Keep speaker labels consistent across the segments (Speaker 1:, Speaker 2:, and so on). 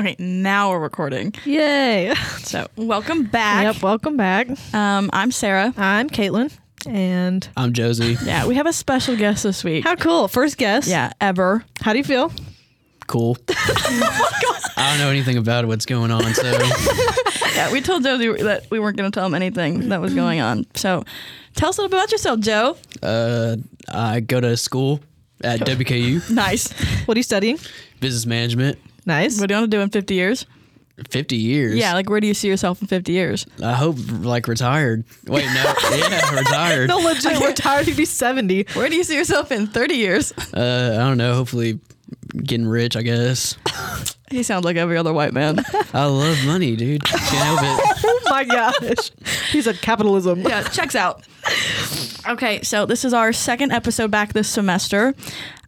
Speaker 1: Okay, now we're recording.
Speaker 2: Yay.
Speaker 1: So, welcome back.
Speaker 2: yep. Welcome back.
Speaker 1: Um, I'm Sarah.
Speaker 2: I'm Caitlin. And
Speaker 3: I'm Josie.
Speaker 1: Yeah, we have a special guest this week.
Speaker 2: how cool. First guest.
Speaker 1: yeah, ever.
Speaker 2: How do you feel?
Speaker 3: Cool.
Speaker 1: Oh
Speaker 3: I don't know anything about what's going on, so
Speaker 1: Yeah, we told Josie that we weren't going to tell him anything that was going on. So, tell us a little bit about yourself, Joe.
Speaker 3: uh, I go to school at WKU,
Speaker 1: Nice.
Speaker 2: What are you studying?
Speaker 3: business management.
Speaker 2: Nice.
Speaker 1: What do you want to do in 50 years?
Speaker 3: 50 years.
Speaker 1: Yeah, like where do you see yourself in 50 years?
Speaker 3: I hope like retired. Wait, no. yeah, retired.
Speaker 2: No,
Speaker 3: Uh,
Speaker 2: legit. We're tired. You'd be 70.
Speaker 1: Where do you see yourself in 30 years?
Speaker 3: Uh, I don't know. Hopefully getting rich, I guess.
Speaker 1: he sounds like every other white man.
Speaker 3: I love money, dude. Can't help it.
Speaker 2: Oh my gosh. He said capitalism.
Speaker 1: yeah, checks out. Okay, so this is our second episode back this semester.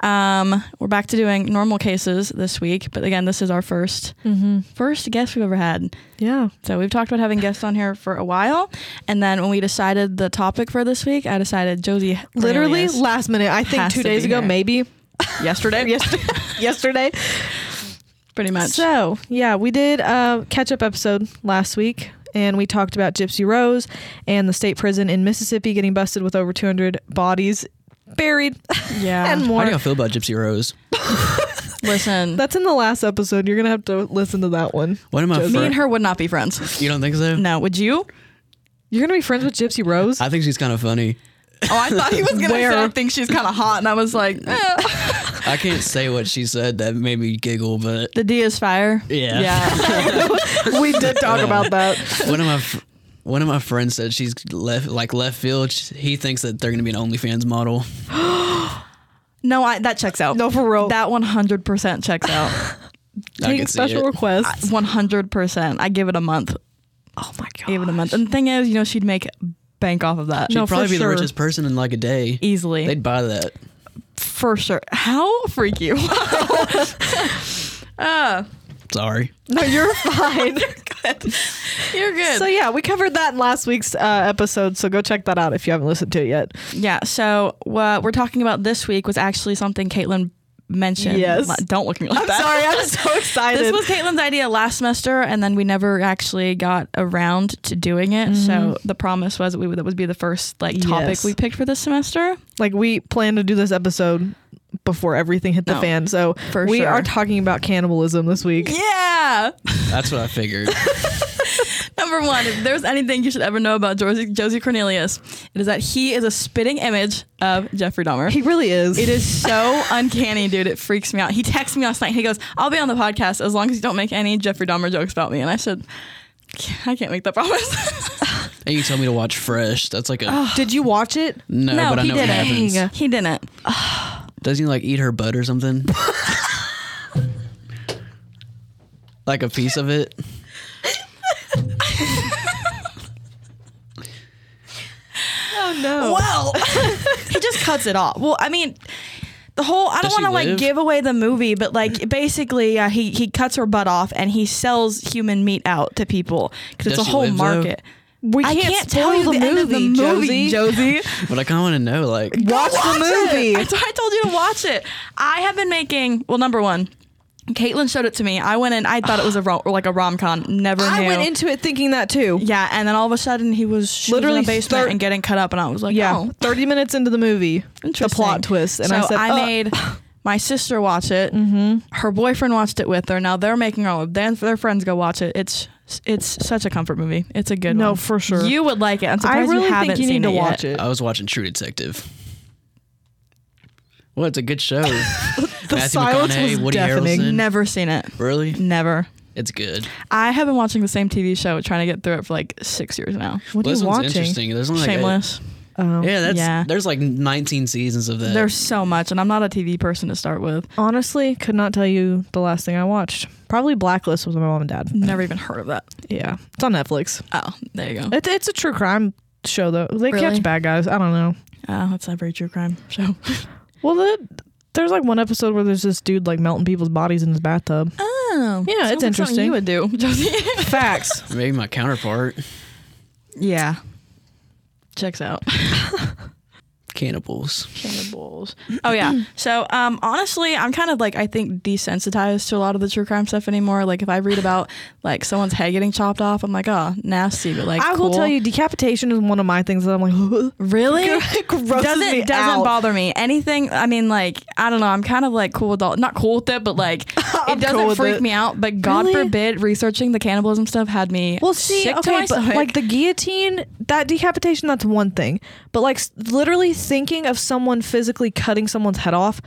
Speaker 1: Um, we're back to doing normal cases this week, but again, this is our 1st first guest we've ever had.
Speaker 2: Mm-hmm. Yeah.
Speaker 1: So we've talked about having guests on here for a while, and then when we decided the topic for this week, I decided Josie
Speaker 2: Literally
Speaker 1: Cornelius
Speaker 2: last minute. I think
Speaker 1: Has
Speaker 2: two
Speaker 1: to
Speaker 2: days
Speaker 1: be
Speaker 2: ago,
Speaker 1: here.
Speaker 2: maybe.
Speaker 1: yesterday,
Speaker 2: Yesterday. yesterday.
Speaker 1: pretty much.
Speaker 2: So, yeah, we did a catch up episode last week and we talked about Gypsy Rose and the state prison in Mississippi getting busted with over 200 bodies buried
Speaker 1: yeah,
Speaker 2: and
Speaker 3: How do
Speaker 2: more.
Speaker 3: y'all feel about Gypsy Rose?
Speaker 1: listen,
Speaker 2: That's in the last episode. You're going to have to listen to that one.
Speaker 3: One of my
Speaker 1: me and
Speaker 3: friends.
Speaker 1: her would not be friends.
Speaker 3: You don't think so?
Speaker 1: No, would you?
Speaker 2: You're going to be friends with Gypsy Rose?
Speaker 3: I think she's kind of funny.
Speaker 1: Oh, I thought he was gonna
Speaker 2: Where?
Speaker 1: say I think she's kind of hot, and I was like, eh.
Speaker 3: I can't say what she said that made me giggle, but
Speaker 1: the D is fire.
Speaker 3: Yeah.
Speaker 1: yeah.
Speaker 2: we did talk about that.
Speaker 3: one of my fr- one of my friends said she's left like left field. She- He thinks that they're gonna be an OnlyFans model.
Speaker 1: No, I, that checks out.
Speaker 2: No, for real.
Speaker 1: That 100% checks out.
Speaker 3: I
Speaker 2: Taking
Speaker 3: can see
Speaker 2: special
Speaker 3: it.
Speaker 2: requests.
Speaker 1: 100%. I give it a month.
Speaker 2: Oh my God.
Speaker 1: Give it a month. And the thing is, you know, she'd make bank off of that
Speaker 3: She'd
Speaker 2: No, for
Speaker 3: probably be
Speaker 2: sure.
Speaker 3: the richest person in like a day.
Speaker 1: easily.
Speaker 3: They'd buy that.
Speaker 1: for sure. How freaky. Wow. uh,
Speaker 3: Sorry.
Speaker 2: No, you're fine.
Speaker 1: you're good.
Speaker 2: so, yeah, we covered that in last week's uh, episode. So, go check that out if you haven't listened to it yet.
Speaker 1: yeah. So, what we're talking about this week was actually something Caitlin mentioned.
Speaker 2: Yes.
Speaker 1: Li- Don't look at me like
Speaker 2: I'm
Speaker 1: that.
Speaker 2: sorry. I'm so excited.
Speaker 1: This was Caitlin's idea last semester, and then we never actually got around to doing it. So the promise was that we would, that would be the first like topic
Speaker 2: Mm-hmm. Yes.
Speaker 1: we picked for this semester.
Speaker 2: like we planned to do this episode before everything hit the
Speaker 1: No,
Speaker 2: fan so
Speaker 1: for
Speaker 2: we
Speaker 1: sure.
Speaker 2: are talking about cannibalism this week
Speaker 1: Yeah.
Speaker 3: That's what I figured.
Speaker 1: Number one, if there's anything you should ever know about Josie, Josie Cornelius, it is that he is a spitting image of Jeffrey Dahmer.
Speaker 2: he really is
Speaker 1: it is so uncanny, dude. It freaks me out. He texted me last night. He goes, I'll be on the podcast as long as you don't make any Jeffrey Dahmer jokes about me. And I said, I can't make that promise.
Speaker 3: and you told me to watch Fresh. That's like a
Speaker 2: did you watch it
Speaker 3: no,
Speaker 1: no,
Speaker 3: but I
Speaker 1: he
Speaker 3: know what
Speaker 1: didn't.
Speaker 3: happens.
Speaker 2: Dang.
Speaker 1: he didn't.
Speaker 3: Doesn't he like eat her butt or something? like a piece of it.
Speaker 2: oh no
Speaker 1: Well, he just cuts it off. Well, I mean, the whole I don't
Speaker 3: Does
Speaker 1: want to
Speaker 3: she
Speaker 1: like
Speaker 3: live?
Speaker 1: give away the movie, but like basically, uh, he he cuts her butt off and he sells human meat out to people because it's
Speaker 3: Does
Speaker 1: a
Speaker 3: she
Speaker 1: whole
Speaker 3: live, though?
Speaker 1: market.
Speaker 2: we
Speaker 1: I
Speaker 2: can't,
Speaker 1: can't
Speaker 2: spoil
Speaker 1: tell you
Speaker 2: the,
Speaker 1: the
Speaker 2: movie,
Speaker 1: end of the movie,
Speaker 2: josie,
Speaker 1: Josie.
Speaker 3: But I kind of want to know. Like,
Speaker 2: watch, the movie
Speaker 1: That's why I told you to watch it. I have been making well, number one. Caitlin showed it to me. I went in. I thought it was a ro- like a rom com. Never
Speaker 2: i
Speaker 1: knew.
Speaker 2: went into it thinking that too
Speaker 1: yeah, and then all of a sudden he was she was
Speaker 2: Literally
Speaker 1: in the basement
Speaker 2: thir-
Speaker 1: and getting cut up, and I was like,
Speaker 2: yeah
Speaker 1: oh.
Speaker 2: 30 minutes into the movie the
Speaker 1: Interesting.
Speaker 2: plot twist and i
Speaker 1: So
Speaker 2: said uh, Mm-hmm.
Speaker 1: made my sister watch it. Her boyfriend watched it with her. Now they're making all of their, their friends go watch it. It's it's such a comfort movie. It's a good
Speaker 2: No,
Speaker 1: one.
Speaker 2: for sure.
Speaker 1: You would like it. I'm
Speaker 2: i
Speaker 1: surprised
Speaker 2: really
Speaker 1: you haven't
Speaker 2: think you
Speaker 1: seen
Speaker 2: need to
Speaker 1: it
Speaker 2: watch it
Speaker 3: I was watching True Detective. Well, it's a good show.
Speaker 2: the
Speaker 3: Matthew
Speaker 2: silence
Speaker 3: McConaughey,
Speaker 2: was
Speaker 3: Woody
Speaker 2: deafening
Speaker 3: Harrelson.
Speaker 1: Never seen it.
Speaker 3: really?
Speaker 1: Never.
Speaker 3: It's good.
Speaker 1: I have been watching the same TV show, trying to get through it for like six years now.
Speaker 2: what
Speaker 3: Well,
Speaker 2: are
Speaker 3: this
Speaker 2: you
Speaker 3: one's
Speaker 2: watching
Speaker 3: interesting. There's only like a-
Speaker 1: Shameless.
Speaker 2: oh
Speaker 3: yeah, that's
Speaker 1: Yeah.
Speaker 3: there's like 19 seasons of that.
Speaker 1: There's so much, and I'm not a TV person to start with.
Speaker 2: honestly could not tell you the last thing i watched probably blacklist was my mom and dad
Speaker 1: Never even heard of that.
Speaker 2: Yeah, it's on Netflix.
Speaker 1: Oh, there you go.
Speaker 2: It's it's a true crime show though. They
Speaker 1: Really?
Speaker 2: catch bad guys. I don't know.
Speaker 1: Oh, that's a very true crime show.
Speaker 2: Well, the, there's like one episode where there's this dude like melting people's bodies in his bathtub.
Speaker 1: Oh,
Speaker 2: Yeah, it's
Speaker 1: sounds like something
Speaker 2: interesting.
Speaker 1: You would do, Josie.
Speaker 2: Facts.
Speaker 3: maybe my counterpart.
Speaker 1: Yeah. Checks out.
Speaker 3: cannibals.
Speaker 1: Cannibals. Oh yeah. So um, honestly, I'm kind of like I think desensitized to a lot of the true crime stuff anymore. Like if I read about like someone's head getting chopped off, I'm like, oh, nasty. But like,
Speaker 2: I will
Speaker 1: cool.
Speaker 2: tell you, decapitation is one of my things that I'm like,
Speaker 1: Really?
Speaker 2: It grosses
Speaker 1: doesn't
Speaker 2: me
Speaker 1: doesn't
Speaker 2: out.
Speaker 1: bother me. Anything. I mean, like I don't know. I'm kind of like cool with all. Not cool with it, but like
Speaker 2: I'm
Speaker 1: it doesn't
Speaker 2: cool with
Speaker 1: freak
Speaker 2: it.
Speaker 1: me out. But God
Speaker 2: Really?
Speaker 1: forbid, researching the cannibalism stuff had me.
Speaker 2: Well, see,
Speaker 1: sick to my
Speaker 2: okay, but
Speaker 1: stomach.
Speaker 2: like the guillotine, that decapitation, that's one thing. But like s- literally thinking of someone physically cutting someone's head off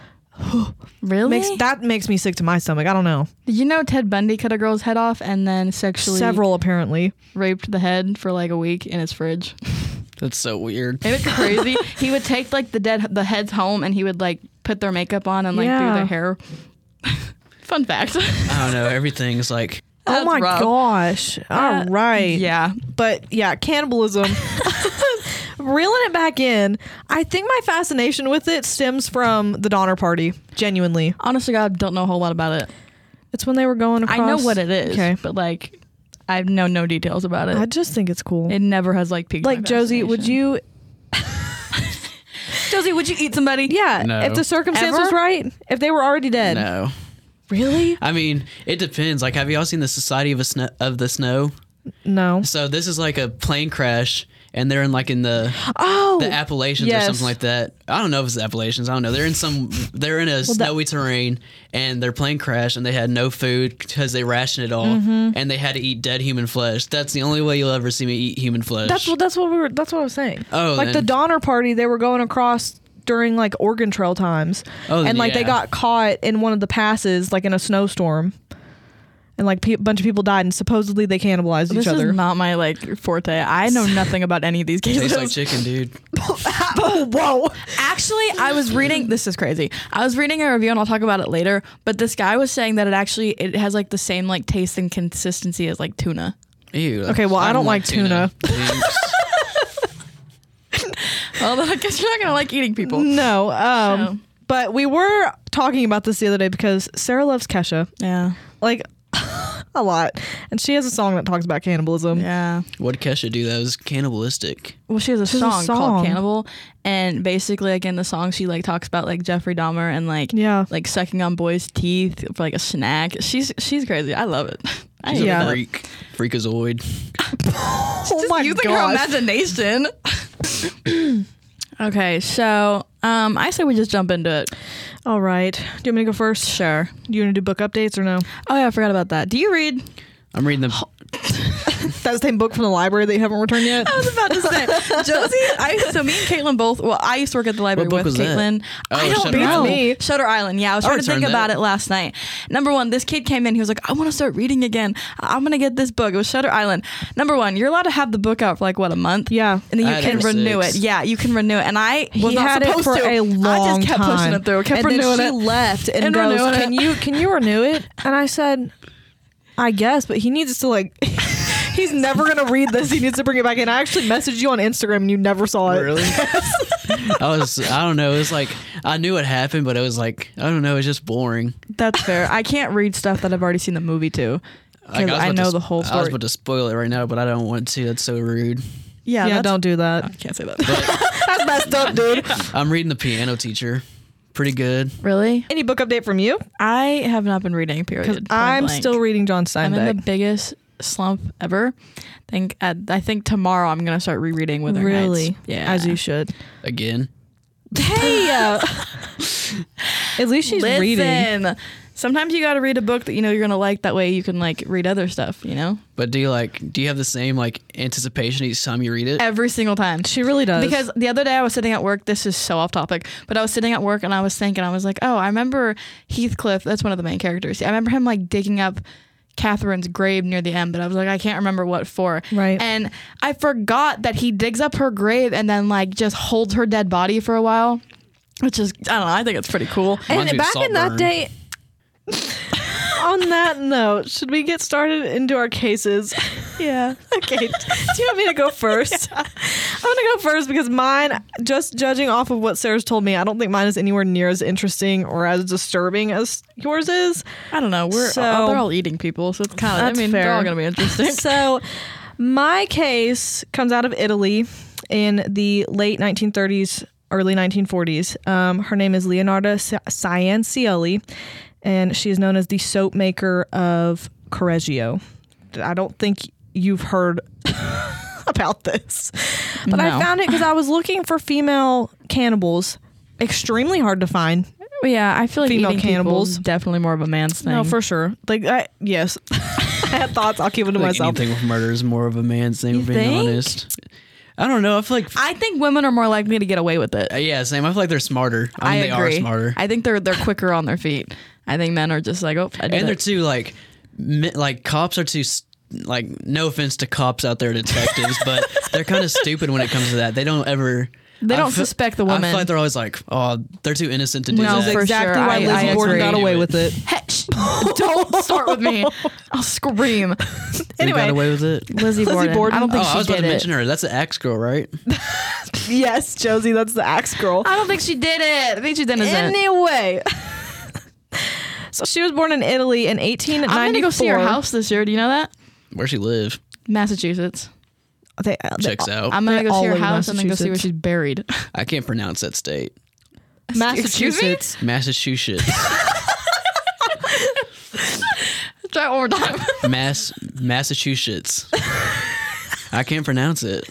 Speaker 1: really
Speaker 2: makes that makes me sick to my stomach. I don't know.
Speaker 1: You know, Ted Bundy cut a girl's head off and then sexually
Speaker 2: Several apparently.
Speaker 1: raped the head for like a week in his fridge.
Speaker 3: That's so weird.
Speaker 1: It was crazy. he would take like the dead the heads home and he would like put their makeup on and like do
Speaker 2: Yeah.
Speaker 1: their hair. Fun fact.
Speaker 3: I don't know. Everything's like
Speaker 2: oh
Speaker 1: That's
Speaker 2: my
Speaker 1: rough.
Speaker 2: gosh! All
Speaker 1: That-
Speaker 2: right,
Speaker 1: Yeah.
Speaker 2: but yeah, cannibalism. Reeling it back in, I think my fascination with it stems from the Donner Party. Genuinely,
Speaker 1: Honest to God, don't know a whole lot about it.
Speaker 2: it's when they were going across.
Speaker 1: I know what it is,
Speaker 2: Okay,
Speaker 1: but like, I know no details about it.
Speaker 2: I just think it's cool.
Speaker 1: it never has like peaked.
Speaker 2: like
Speaker 1: my
Speaker 2: Josie, would
Speaker 1: fascination.
Speaker 2: you
Speaker 1: Josie, would you eat somebody?
Speaker 2: Yeah,
Speaker 3: No.
Speaker 2: if the circumstance
Speaker 1: Ever?
Speaker 2: was right, if they were already dead.
Speaker 3: no.
Speaker 2: Really?
Speaker 3: I mean, it depends. Like, have y'all seen the Society of a Snow of the Snow?
Speaker 2: No.
Speaker 3: So this is like a plane crash, and they're in like in the
Speaker 2: Oh,
Speaker 3: the Appalachians
Speaker 2: yes.
Speaker 3: or something like that. I don't know if it's the Appalachians. I don't know. They're in some. They're in a snowy terrain, and their plane crashed, and they had no food because they rationed it all,
Speaker 2: Mm-hmm.
Speaker 3: and they had to eat dead human flesh. That's the only way you'll ever see me eat human flesh.
Speaker 2: that's what that's what we were. That's what I was saying.
Speaker 3: Oh,
Speaker 2: like the
Speaker 3: then-
Speaker 2: Donner Party, they were going across during like Oregon Trail times,
Speaker 3: Oh, then
Speaker 2: and like they
Speaker 3: yeah.
Speaker 2: got caught in one of the passes, like in a snowstorm, and like pe- a bunch of people died, and supposedly they cannibalized
Speaker 1: This
Speaker 2: each other.
Speaker 1: is not my like forte. I know nothing about any of these cases.
Speaker 3: tastes like chicken, dude.
Speaker 2: oh, whoa!
Speaker 1: Actually, I was reading. This is crazy. I was reading a review, and I'll talk about it later. But this guy was saying that it actually it has like the same like taste and consistency as like tuna.
Speaker 3: Ew.
Speaker 2: Okay, well, I don't like
Speaker 1: Although I guess you're not gonna like eating people.
Speaker 2: No, um,
Speaker 1: So.
Speaker 2: but we were talking about this the other day because Sarah loves Kesha
Speaker 1: Yeah,
Speaker 2: like a lot, and she has a song that talks about cannibalism.
Speaker 1: yeah.
Speaker 3: what Kesha do? That was cannibalistic.
Speaker 1: Well, she has a,
Speaker 2: has a
Speaker 1: song,
Speaker 2: song.
Speaker 1: called Cannibal, and basically, like in the song, she like talks about like Jeffrey Dahmer and like
Speaker 2: Yeah.
Speaker 1: like sucking on boys' teeth for like a snack. She's she's crazy. I love it. I
Speaker 3: She's
Speaker 1: hate
Speaker 2: Yeah.
Speaker 3: a freak. Freakazoid.
Speaker 2: Oh
Speaker 1: just using her imagination. okay, so um, I say we just jump into it.
Speaker 2: All right. Do you want me to go first?
Speaker 1: Sure.
Speaker 2: Do you want to do book updates or no?
Speaker 1: Oh yeah, I forgot about that. Do you read?
Speaker 3: I'm reading the.
Speaker 2: That the same book from the library that you haven't returned yet?
Speaker 1: I was about to say, Josie. I, so me and Caitlin both. Well, I used to work at the library
Speaker 3: book
Speaker 1: with
Speaker 3: was that?
Speaker 1: Caitlin.
Speaker 3: Oh,
Speaker 1: I don't
Speaker 3: Shutter
Speaker 1: beat
Speaker 2: Island.
Speaker 1: me. Shutter Island. Yeah, I was
Speaker 3: I'll
Speaker 1: trying to
Speaker 3: return
Speaker 1: think
Speaker 3: that.
Speaker 1: about it last night. Number one, this kid came in. He was like, "I want to start reading again. I- I'm gonna get this book." It was Shutter Island. Number one, you're allowed to have the book out for like what a month.
Speaker 2: Yeah.
Speaker 1: and then
Speaker 3: I
Speaker 1: you
Speaker 3: had
Speaker 1: can
Speaker 3: it for
Speaker 1: renew
Speaker 3: six.
Speaker 1: it. Yeah, you can renew it. And I was
Speaker 2: he
Speaker 1: not
Speaker 2: had it
Speaker 1: supposed
Speaker 2: for
Speaker 1: to.
Speaker 2: a long
Speaker 1: I just kept pushing
Speaker 2: time.
Speaker 1: it through. Kept
Speaker 2: and
Speaker 1: renewing
Speaker 2: then she
Speaker 1: it.
Speaker 2: left and,
Speaker 1: And
Speaker 2: goes,
Speaker 1: renewing
Speaker 2: "Can
Speaker 1: it.
Speaker 2: you can you renew it?" And I said, "I guess, but he needs to like." He's never gonna read this. He needs to bring it back in. I actually messaged you on Instagram and you never saw it.
Speaker 3: Really? I was. I don't know. It was like I knew what happened, but it was like I don't know. It was just boring.
Speaker 1: That's fair. I can't read stuff that I've already seen the movie to because
Speaker 3: Like, was
Speaker 1: I,
Speaker 3: about to
Speaker 1: know
Speaker 3: s-
Speaker 1: the whole
Speaker 3: I was
Speaker 1: story.
Speaker 3: about to spoil it right now, but I don't want to. That's so rude.
Speaker 1: yeah,
Speaker 2: Yeah,
Speaker 1: that's-
Speaker 2: don't do that.
Speaker 1: I can't say that.
Speaker 2: That's messed up, dude.
Speaker 3: I'm reading the piano teacher. Pretty good.
Speaker 1: really?
Speaker 2: Any book update from you?
Speaker 1: I have not been reading.
Speaker 2: Because
Speaker 1: Period.
Speaker 2: I'm
Speaker 1: Point blank.
Speaker 2: still reading John
Speaker 1: I'm in the
Speaker 2: Steinbeck.
Speaker 1: biggest slump ever. Think uh, I think tomorrow I'm gonna start rereading with her. Yeah.
Speaker 2: as you should.
Speaker 3: Again.
Speaker 2: Hey, uh, at least she's
Speaker 1: Listen.
Speaker 2: reading.
Speaker 1: Sometimes you got to read a book that you know you're gonna like. That way you can like read other stuff. You know,
Speaker 3: But do you like do you have the same like anticipation each time you read it?
Speaker 1: every single time.
Speaker 2: She really does.
Speaker 1: Because the other day I was sitting at work. This is so off topic, but I was sitting at work and I was thinking, I was like, oh, I remember Heathcliff. That's one of the main characters. I remember him like digging up Catherine's grave near the end, but I was like, I can't remember what for.
Speaker 2: Right.
Speaker 1: And I forgot that he digs up her grave and then like just holds her dead body for a while, which is I don't know. I think it's pretty cool.
Speaker 3: Reminds
Speaker 2: and
Speaker 3: me of
Speaker 2: back in that
Speaker 3: Saltburn.
Speaker 2: day. on that note, should we get started into our cases?
Speaker 1: Yeah.
Speaker 2: Okay. d- Do you want me to go first? I'm gonna go first because mine, just judging off of what Sarah's told me, I don't think mine is anywhere near as interesting or as disturbing as yours is.
Speaker 1: I don't know. We're
Speaker 2: So-
Speaker 1: all, they're all eating people, so it's kind of. I
Speaker 2: That's
Speaker 1: mean,
Speaker 2: fair.
Speaker 1: they're all gonna be interesting.
Speaker 2: so my case comes out of Italy in the late 1930s early 1940s. Um, her name is Leonarda Ci- Ciencielli, and she is known as the soap maker of Correggio. I don't think you've heard about this, but I
Speaker 1: No.
Speaker 2: found it because I was looking for female cannibals. Extremely hard to find.
Speaker 1: yeah, I feel like
Speaker 2: Female
Speaker 1: eating people
Speaker 2: cannibals.
Speaker 1: is definitely more of a man's thing.
Speaker 2: No, for sure. Like, I, yes, I had thoughts. I'll keep them to
Speaker 3: Like
Speaker 2: myself.
Speaker 3: anything with murder is more of a man's thing.
Speaker 1: You
Speaker 3: Being
Speaker 1: think?
Speaker 3: honest, I don't know. I feel like
Speaker 1: I think women are more likely to get away with it.
Speaker 3: uh, yeah, same. I feel like they're smarter. I, mean, they
Speaker 1: agree.
Speaker 3: are smarter,
Speaker 1: I think they're they're quicker on their feet. I think men are just like, oh, I did
Speaker 3: and they're
Speaker 1: it.
Speaker 3: too like mi- like cops are too. s like no offense to cops out there, detectives, but they're kind of stupid when it comes to that. They don't ever.
Speaker 1: They
Speaker 3: I
Speaker 1: don't
Speaker 3: feel-
Speaker 1: suspect the
Speaker 3: I
Speaker 1: woman.
Speaker 3: feel like they're always like, oh, they're too innocent to do
Speaker 1: No,
Speaker 3: that.
Speaker 1: for
Speaker 2: exactly
Speaker 1: sure.
Speaker 2: why
Speaker 1: I-
Speaker 2: Lizzie
Speaker 1: I
Speaker 2: Borden
Speaker 1: agree.
Speaker 2: got away with it.
Speaker 1: Heck, sh- don't start with me. I'll scream.
Speaker 3: Who
Speaker 2: Anyway.
Speaker 3: got away with it.
Speaker 1: Lizzie, Borden.
Speaker 2: Borden.
Speaker 1: I don't
Speaker 3: Oh,
Speaker 1: think
Speaker 3: I
Speaker 1: she
Speaker 3: was about
Speaker 1: did
Speaker 3: to
Speaker 1: it.
Speaker 3: mention her. That's an ex girl, right?
Speaker 2: Yes, Josie, that's the axe girl.
Speaker 1: I don't think she did it. I think she's innocent.
Speaker 2: Uh, Anyway. so she was born in Italy in 1894.
Speaker 1: I'm gonna go see her house this year. Do you know that?
Speaker 3: Where she live?
Speaker 1: Massachusetts.
Speaker 2: They, uh, they-
Speaker 3: Checks out.
Speaker 1: I'm gonna
Speaker 2: They're
Speaker 1: go
Speaker 2: all
Speaker 1: see her
Speaker 2: over
Speaker 1: house and then go see where
Speaker 2: Massachusetts.
Speaker 1: she's buried.
Speaker 3: I can't pronounce that state.
Speaker 1: Massachusetts?
Speaker 3: Massachusetts.
Speaker 1: Try it one more time.
Speaker 3: Mass Massachusetts. I can't pronounce it.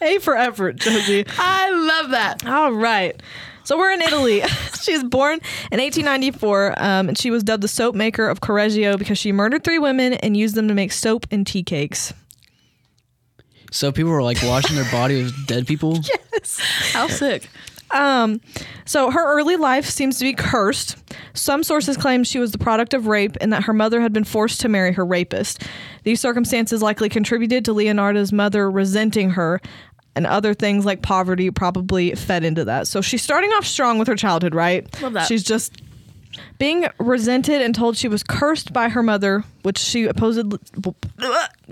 Speaker 2: A for effort, Josie.
Speaker 1: I love that.
Speaker 2: All right. So we're in Italy. she was born in 1894, um, and she was dubbed the soap maker of Correggio because she murdered three women and used them to make soap and tea cakes.
Speaker 3: So people were like washing their body with dead people.
Speaker 1: How sick.
Speaker 2: Um, so her early life seems to be cursed. Some sources claim she was the product of rape and that her mother had been forced to marry her rapist. These circumstances likely contributed to Leonardo's mother resenting her, and other things like poverty probably fed into that. So she's starting off strong with her childhood, right?
Speaker 1: Love that.
Speaker 2: She's just being resented and told she was cursed by her mother, which she supposedly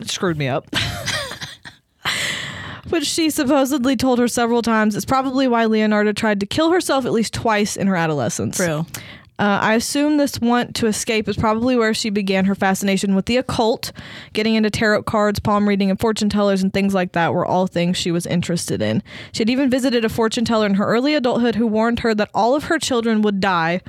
Speaker 2: screwed me up. which she supposedly told her several times. It's probably why Leonardo tried to kill herself at least twice in her adolescence.
Speaker 1: True.
Speaker 2: Uh, I assume this want to escape is probably where she began her fascination with the occult. Getting into tarot cards, palm reading, and fortune tellers and things like that were all things she was interested in. She had even visited a fortune teller in her early adulthood who warned her that all of her children would die.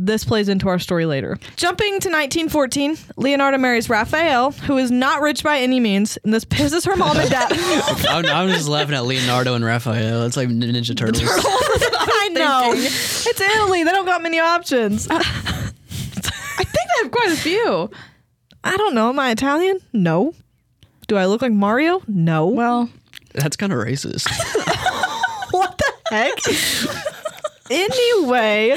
Speaker 2: This plays into our story later. Jumping to 1914, Leonardo marries Raphael, who is not rich by any means, and this pisses her mom and dad.
Speaker 3: I'm, I'm just laughing at Leonardo and Raphael. It's like Ninja Turtles.
Speaker 2: I Uh, know. It's Italy. They don't got many options.
Speaker 1: I think I have quite a few.
Speaker 2: I don't know. Am I Italian? No. Do I look like Mario? No.
Speaker 1: Well,
Speaker 3: That's kind of racist.
Speaker 2: what the heck? anyway,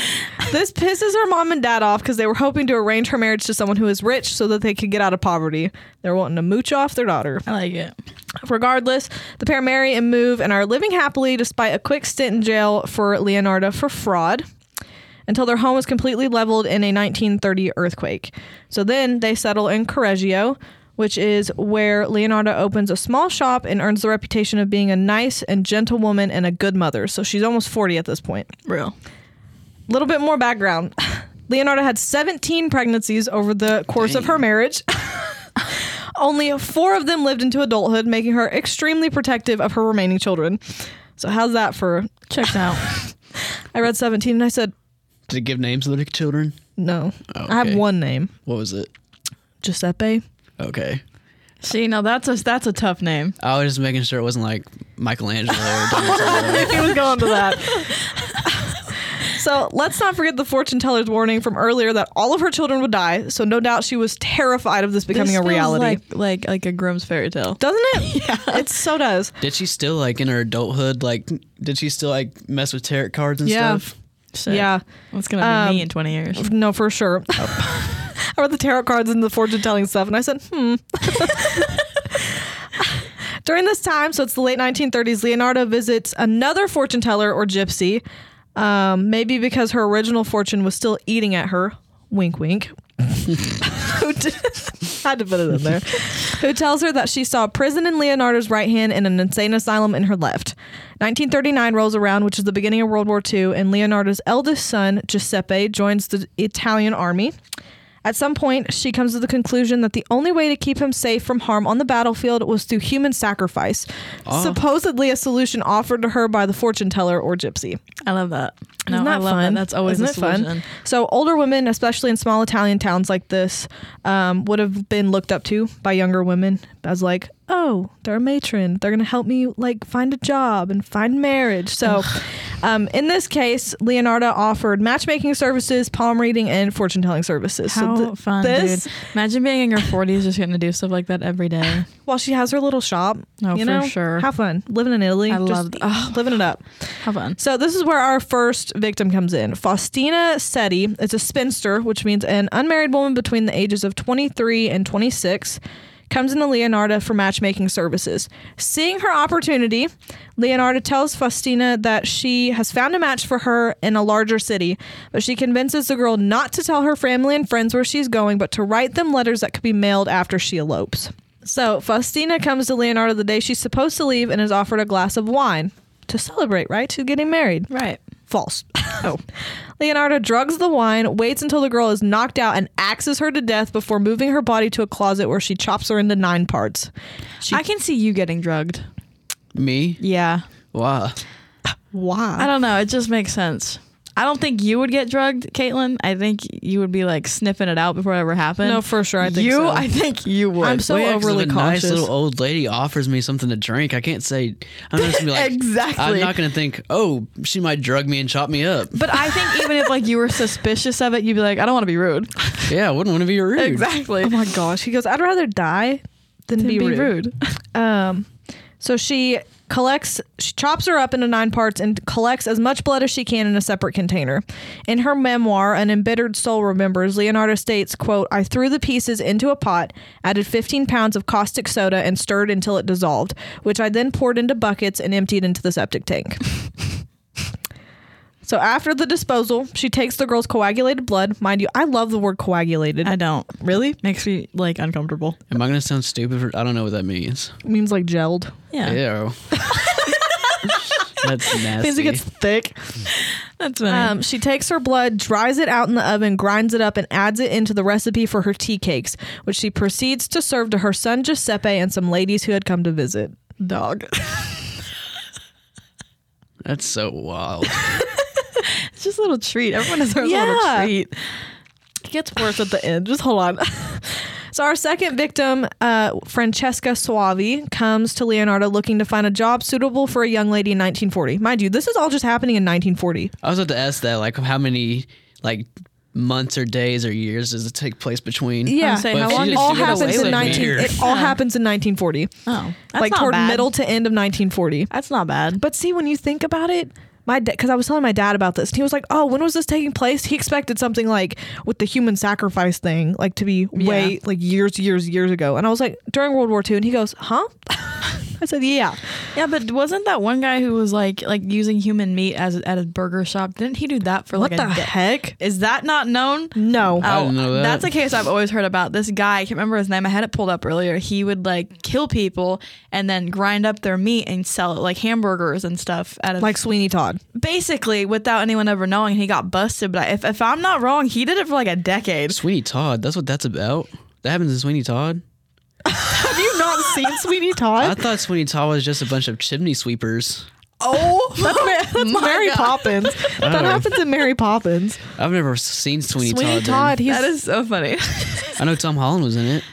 Speaker 2: this pisses her mom and dad off because they were hoping to arrange her marriage to someone who is rich so that they could get out of poverty. They're wanting to mooch off their daughter.
Speaker 1: I like it.
Speaker 2: Regardless, the pair marry and move and are living happily despite a quick stint in jail for Leonardo for fraud until their home was completely leveled in a 1930 earthquake. So then they settle in Correggio, which is where Leonardo opens a small shop and earns the reputation of being a nice and gentle woman and a good mother. So she's almost 40 at this point.
Speaker 1: Real.
Speaker 2: A little bit more background. Leonardo had 17 pregnancies over the course of her marriage. Only four of them lived into adulthood, making her extremely protective of her remaining children. So, how's that for?
Speaker 1: Checks out.
Speaker 2: I read 17 and I said,
Speaker 3: Did it give names to the children?
Speaker 2: no. I have
Speaker 3: Okay.
Speaker 2: one name
Speaker 3: What was it?
Speaker 2: Giuseppe.
Speaker 3: Okay.
Speaker 1: See, now that's a that's a tough name.
Speaker 3: I was just making sure it wasn't like Michelangelo or Donatello.
Speaker 2: he was going to that. so let's not forget the fortune teller's warning from earlier that all of her children would die. So no doubt she was terrified of this becoming
Speaker 1: This
Speaker 2: a
Speaker 1: feels
Speaker 2: reality.
Speaker 1: like like like a Grimm's fairy tale.
Speaker 2: Doesn't it? Yeah. It so does.
Speaker 3: Did she still like in her adulthood? Like, did she still like mess with tarot cards and
Speaker 2: Yeah.
Speaker 3: stuff?
Speaker 1: Sick.
Speaker 2: Yeah.
Speaker 1: It's gonna be
Speaker 2: Um,
Speaker 1: me in 20 years.
Speaker 2: No, for sure. I read the tarot cards and the fortune telling stuff, and I said, hmm. During this time, so it's the late 1930s, Leonardo visits another fortune teller or gypsy, um, maybe because her original fortune was still eating at her. Wink, wink. Who did- had to put it in there. Who tells her that she saw prison in Leonardo's right hand and an insane asylum in her left. 1939 rolls around, which is the beginning of World War II, and Leonardo's eldest son, Giuseppe, joins the Italian army. At some point, she comes to the conclusion that the only way to keep him safe from harm on the battlefield was through human sacrifice, supposedly a solution offered to her by the fortune teller or gypsy.
Speaker 1: I love that. No,
Speaker 2: Isn't that
Speaker 1: I love
Speaker 2: fun?
Speaker 1: that. That's always
Speaker 2: Isn't
Speaker 1: a
Speaker 2: it fun?
Speaker 1: solution.
Speaker 2: So older women, especially in small Italian towns like this, um, would have been looked up to by younger women as like, oh, they're a matron. They're gonna help me like find a job and find marriage. So, um, in this case, Leonarda offered matchmaking services, palm reading, and fortune telling services.
Speaker 1: How
Speaker 2: so th-
Speaker 1: fun,
Speaker 2: this,
Speaker 1: dude! Imagine being in your 40s just getting to do stuff like that every day.
Speaker 2: while she has her little shop,
Speaker 1: No,
Speaker 2: you
Speaker 1: Oh, for
Speaker 2: know,
Speaker 1: sure.
Speaker 2: have fun living in Italy.
Speaker 1: I
Speaker 2: just
Speaker 1: love- oh.
Speaker 2: living it up.
Speaker 1: How fun!
Speaker 2: So this is where our first victim comes in. Faustina Setti is a spinster, which means an unmarried woman between the ages of 23 and 26, comes into Leonarda for matchmaking services. Seeing her opportunity, Leonarda tells Faustina that she has found a match for her in a larger city, but she convinces the girl not to tell her family and friends where she's going, but to write them letters that could be mailed after she elopes. So Faustina comes to Leonardo the day she's supposed to leave and is offered a glass of wine to celebrate, right? She's getting married.
Speaker 1: Right.
Speaker 2: False. Oh. Leonardo drugs the wine, waits until the girl is knocked out, and axes her to death before moving her body to a closet where she chops her into nine parts. She,
Speaker 1: I can see you getting drugged.
Speaker 3: Me?
Speaker 1: Yeah.
Speaker 3: Wow.
Speaker 1: I
Speaker 2: why?
Speaker 1: don't know. It just makes sense. I don't think you would get drugged, Caitlin. I think you would be like sniffing it out before it ever happened.
Speaker 2: No, for sure. I think
Speaker 1: you.
Speaker 2: so.
Speaker 1: I think you would.
Speaker 2: I'm so
Speaker 3: Well, yeah, 'cause
Speaker 2: overly
Speaker 3: if a
Speaker 2: cautious.
Speaker 3: nice little old lady offers me something to drink, I can't say I'm not gonna be like
Speaker 1: Exactly.
Speaker 3: I'm not gonna think, oh, she might drug me and chop me up.
Speaker 1: But I think even if like you were suspicious of it, you'd be like, I don't want to be rude.
Speaker 3: Yeah, I wouldn't want to be rude.
Speaker 1: exactly.
Speaker 2: oh my gosh. He goes, I'd rather die than,
Speaker 1: Be,
Speaker 2: be,
Speaker 1: rude.
Speaker 2: rude. Um, so she collects, she chops her up into nine parts and collects as much blood as she can in a separate container. In her memoir, An Embittered Soul Remembers, Leonardo states, quote, I threw the pieces into a pot, added 15 pounds of caustic soda and stirred until it dissolved, which I then poured into buckets and emptied into the septic tank. So after the disposal, she takes the girl's coagulated blood. Mind you, I love the word coagulated.
Speaker 1: I don't.
Speaker 2: really?
Speaker 1: Makes me like uncomfortable.
Speaker 3: Am I gonna sound stupid for I don't know what that means.
Speaker 2: It means like gelled.
Speaker 1: Yeah.
Speaker 3: Ew. That's nasty.
Speaker 2: Means it gets thick.
Speaker 1: That's funny.
Speaker 2: Um, she takes her blood, dries it out in the oven, grinds it up, and adds it into the recipe for her tea cakes, which she proceeds to serve to her son Giuseppe and some ladies who had come to visit.
Speaker 1: dog.
Speaker 3: That's so wild.
Speaker 1: it's just a little treat. Everyone has their little
Speaker 2: Yeah.
Speaker 1: treat.
Speaker 2: It gets worse at the end. Just hold on. so our second victim, uh, Francesca Suavi, comes to Leonardo looking to find a job suitable for a young lady in 1940. Mind you, this is all just happening in 1940.
Speaker 3: I was about to ask that, like how many like months or days or years does it take place between?
Speaker 2: Yeah,
Speaker 1: saying,
Speaker 3: how
Speaker 2: it
Speaker 3: long did
Speaker 2: all
Speaker 3: you get
Speaker 2: happens
Speaker 3: away
Speaker 2: in
Speaker 3: with
Speaker 2: 19.
Speaker 3: it?
Speaker 2: It all happens in 1940,
Speaker 1: Oh, that's
Speaker 2: like
Speaker 1: not
Speaker 2: toward
Speaker 1: bad.
Speaker 2: middle to end of 1940.
Speaker 1: That's not bad.
Speaker 2: But see, when you think about it, my dad, because I was telling my dad about this, and he was like, "Oh, when was this taking place?" He expected something like with the human sacrifice thing, like to be way
Speaker 1: Yeah.
Speaker 2: like years, years, years ago. And I was like, during World War II, and he goes, "Huh?" I said, "Yeah."
Speaker 1: Yeah, but wasn't that one guy who was like like using human meat as at a burger shop? Didn't he do that for
Speaker 2: What
Speaker 1: like
Speaker 2: the
Speaker 1: a day?
Speaker 2: heck?
Speaker 1: Is that not known?
Speaker 2: No.
Speaker 1: Oh.
Speaker 3: I didn't know that.
Speaker 1: that's a case I've always heard about. This guy, I can't remember his name. I had it pulled up earlier. He would like kill people and then grind up their meat and sell it like hamburgers and stuff out of
Speaker 2: like Sweeney Todd.
Speaker 1: basically without anyone ever knowing. He got busted, but I, if if I'm not wrong, he did it for like a decade.
Speaker 3: Sweeney Todd, that's what that's about. That happens in Sweeney Todd.
Speaker 2: Have you not seen Sweeney
Speaker 3: I
Speaker 2: Todd?
Speaker 3: thought Sweeney Todd was just a bunch of chimney sweepers.
Speaker 1: Oh,
Speaker 2: That's, Ma- that's Mary
Speaker 1: God.
Speaker 2: Poppins. That
Speaker 3: Oh.
Speaker 2: happens in Mary Poppins.
Speaker 3: I've never seen Sweeney,
Speaker 2: Sweeney
Speaker 3: Todd.
Speaker 2: Todd. He's
Speaker 1: that is so funny.
Speaker 3: I know Tom Holland was in it.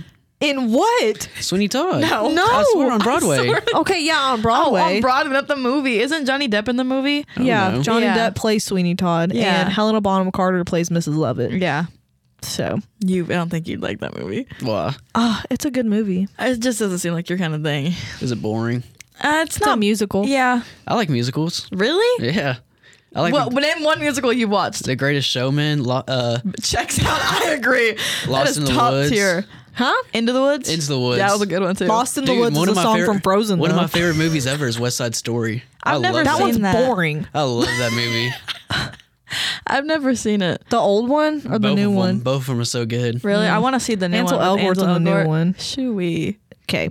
Speaker 2: in what?
Speaker 3: Sweeney Todd.
Speaker 1: No.
Speaker 2: No.
Speaker 3: I swear on
Speaker 2: I
Speaker 3: Broadway.
Speaker 1: swear.
Speaker 2: Okay, yeah, on
Speaker 1: oh,
Speaker 2: Broadway.
Speaker 1: on Broadway, not the movie. Isn't Johnny Depp in the movie?
Speaker 2: Yeah,
Speaker 3: know.
Speaker 2: Johnny
Speaker 1: Yeah.
Speaker 2: Depp plays Sweeney Todd,
Speaker 1: Yeah.
Speaker 2: and Helena Bonham Carter plays Mrs. Lovett.
Speaker 1: Yeah.
Speaker 2: So,
Speaker 1: You, I don't think you'd like that movie.
Speaker 3: Why?
Speaker 2: ah, it's a good movie. It's
Speaker 1: It just doesn't seem like your kind of thing.
Speaker 3: Is it boring?
Speaker 1: Uh, it's,
Speaker 2: a
Speaker 1: not
Speaker 2: musical.
Speaker 1: Yeah,
Speaker 3: I like musicals.
Speaker 1: really.
Speaker 3: Yeah. I like
Speaker 1: What?
Speaker 3: the,
Speaker 1: name one musical you watched.
Speaker 3: the Greatest Showman, lo- uh,
Speaker 1: Checks out. I agree.
Speaker 3: Lost in the Woods.
Speaker 1: huh? Into the woods.
Speaker 3: Into the Woods.
Speaker 1: That was a good one too.
Speaker 2: Lost in the
Speaker 3: Dude,
Speaker 2: Woods is
Speaker 3: one
Speaker 2: a
Speaker 3: of my
Speaker 2: song
Speaker 3: favorite-
Speaker 2: from Frozen.
Speaker 3: One of
Speaker 2: though.
Speaker 3: my favorite movies ever is West Side Story.
Speaker 1: I've
Speaker 3: I
Speaker 1: never
Speaker 3: love
Speaker 2: That
Speaker 1: seen
Speaker 2: one's
Speaker 1: that.
Speaker 2: boring.
Speaker 3: I love that movie.
Speaker 1: I've never seen it.
Speaker 2: The old one or the
Speaker 3: Both
Speaker 2: new
Speaker 3: of
Speaker 2: one?
Speaker 3: Them, both of them are so good.
Speaker 1: Really, I want to see the new
Speaker 2: Ansel
Speaker 1: one. with
Speaker 2: Elgort's in the new
Speaker 1: Mm. Elgort.
Speaker 2: one.
Speaker 1: Shooey.
Speaker 2: Okay.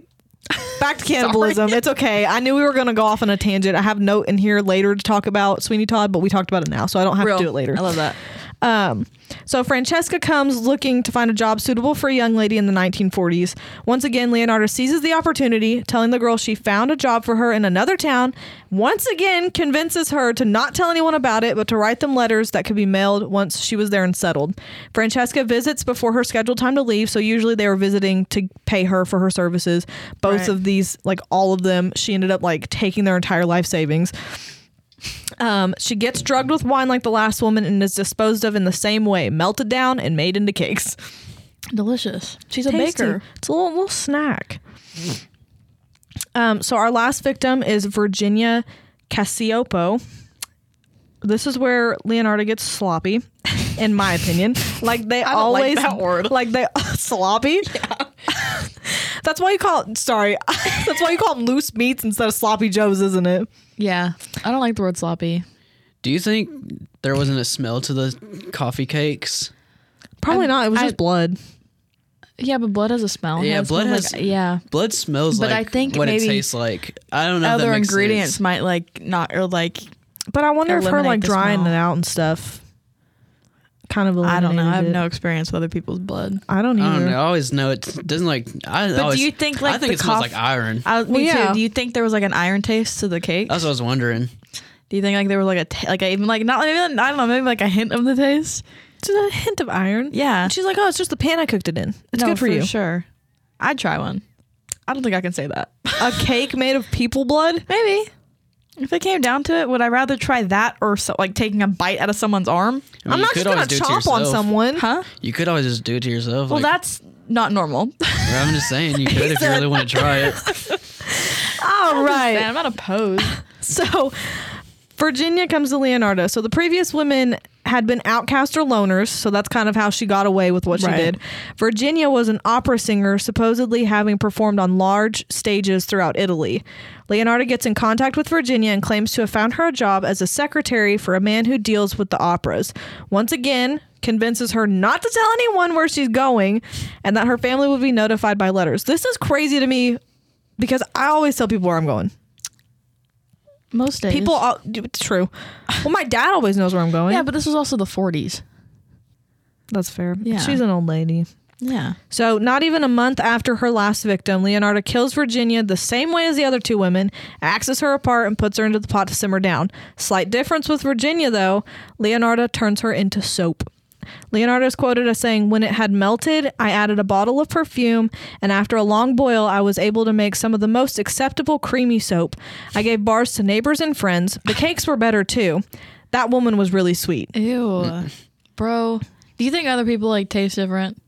Speaker 2: Back to cannibalism. it's okay. I knew we were going to go off on a tangent. I have a note in here later to talk about Sweeney Todd, but we talked about it now, so I don't have
Speaker 1: Real.
Speaker 2: to do it later.
Speaker 1: I love that.
Speaker 2: Um, so Francesca comes looking to find a job suitable for a young lady in the 1940s. Once again, Leonardo seizes the opportunity, telling the girl she found a job for her in another town. Once again, convinces her to not tell anyone about it, but to write them letters that could be mailed once she was there and settled. Francesca visits before her scheduled time to leave, so usually they were visiting to pay her for her services. Both
Speaker 1: Right.
Speaker 2: of these, like all of them, she ended up like taking their entire life savings. Um, she gets drugged with wine like the last woman and is disposed of in the same way, melted down and made into cakes.
Speaker 1: Delicious. She's a
Speaker 2: Tasty.
Speaker 1: baker.
Speaker 2: It's a little, little snack. Um, so our last victim is Virginia Cassiopo. This is where Leonardo gets sloppy, in my opinion. Like they
Speaker 1: don't like
Speaker 2: always
Speaker 1: that word.
Speaker 2: Like they sloppy. That's why you call it. Sorry, that's why you call them loose meats instead of sloppy joes, isn't it?
Speaker 1: Yeah. I don't like the word sloppy.
Speaker 3: Do you think there wasn't a smell to the coffee cakes?
Speaker 2: Probably
Speaker 1: I'm-
Speaker 2: not. It was
Speaker 1: I-
Speaker 2: just blood.
Speaker 1: Yeah, but blood has a smell.
Speaker 3: Yeah,
Speaker 1: It
Speaker 3: blood
Speaker 1: smells like-
Speaker 3: has-
Speaker 1: yeah.
Speaker 3: Blood smells
Speaker 1: But I
Speaker 3: like
Speaker 1: think
Speaker 3: what
Speaker 1: maybe
Speaker 3: it tastes like. I don't know. if
Speaker 1: Other
Speaker 3: that makes
Speaker 1: ingredients
Speaker 3: sense.
Speaker 1: might like not or like
Speaker 2: But I wonder if her
Speaker 1: Eliminate
Speaker 2: like
Speaker 1: the
Speaker 2: drying
Speaker 1: smell.
Speaker 2: it out and stuff kind of
Speaker 1: I
Speaker 2: eliminated
Speaker 1: don't know. I have
Speaker 2: it.
Speaker 1: no experience with other people's blood.
Speaker 2: I don't either.
Speaker 3: I don't know. I always know it doesn't like. I
Speaker 1: But
Speaker 3: always,
Speaker 1: do you think
Speaker 3: I
Speaker 1: like
Speaker 3: think
Speaker 1: the
Speaker 3: it smells
Speaker 1: coffee-
Speaker 3: like iron.
Speaker 1: I, me
Speaker 2: Well, yeah.
Speaker 1: too. Uh, Do you think there was like an iron taste to the cake?
Speaker 3: That's what I was wondering.
Speaker 1: Do you think like there was like a t- like a, even like not maybe I don't know maybe like a hint of the taste?
Speaker 2: Just a hint of iron.
Speaker 1: Yeah,
Speaker 2: And she's like, oh, it's just the pan I cooked it in. It's
Speaker 1: No,
Speaker 2: good for, you.
Speaker 1: Sure, I'd try one. I don't think I can say that.
Speaker 2: A cake made of people blood?
Speaker 1: maybe if it came down to it, would I rather try that or so, like taking a bite out of someone's arm?
Speaker 3: I mean,
Speaker 2: I'm
Speaker 3: you
Speaker 2: not
Speaker 3: could
Speaker 2: just gonna
Speaker 3: always do it to
Speaker 2: chomp on
Speaker 3: yourself.
Speaker 2: someone.
Speaker 1: Huh?
Speaker 3: You could always just do it to yourself.
Speaker 1: well,
Speaker 3: like,
Speaker 1: that's not normal.
Speaker 3: I'm just saying you could if you really want to try it.
Speaker 2: All right.
Speaker 1: I'm not opposed.
Speaker 2: So Virginia comes to Leonardo. So the previous women had been outcast or loners, so that's kind of how she got away with what
Speaker 1: Right.
Speaker 2: she did. Virginia was an opera singer, supposedly having performed on large stages throughout Italy. Leonardo gets in contact with Virginia and claims to have found her a job as a secretary for a man who deals with the operas. Once again, convinces her not to tell anyone where she's going and that her family will be notified by letters. This is crazy to me because I always tell people where I'm going.
Speaker 1: Most days,
Speaker 2: People, all, it's true. Well, my dad always knows where I'm going.
Speaker 1: Yeah, but this was also the 40s.
Speaker 2: that's fair.
Speaker 1: Yeah.
Speaker 2: She's an old lady.
Speaker 1: Yeah.
Speaker 2: So, not even a month after her last victim, Leonardo kills Virginia the same way as the other two women, axes her apart, and puts her into the pot to simmer down. Slight difference with Virginia, though, Leonardo turns her into soap. Leonardo is quoted as saying, When it had melted, I added a bottle of perfume, and after a long boil, I was able to make some of the most acceptable creamy soap. I gave bars to neighbors and friends. The cakes were better, too. That woman was really sweet.
Speaker 1: Ew, bro. Do you think other people like taste different?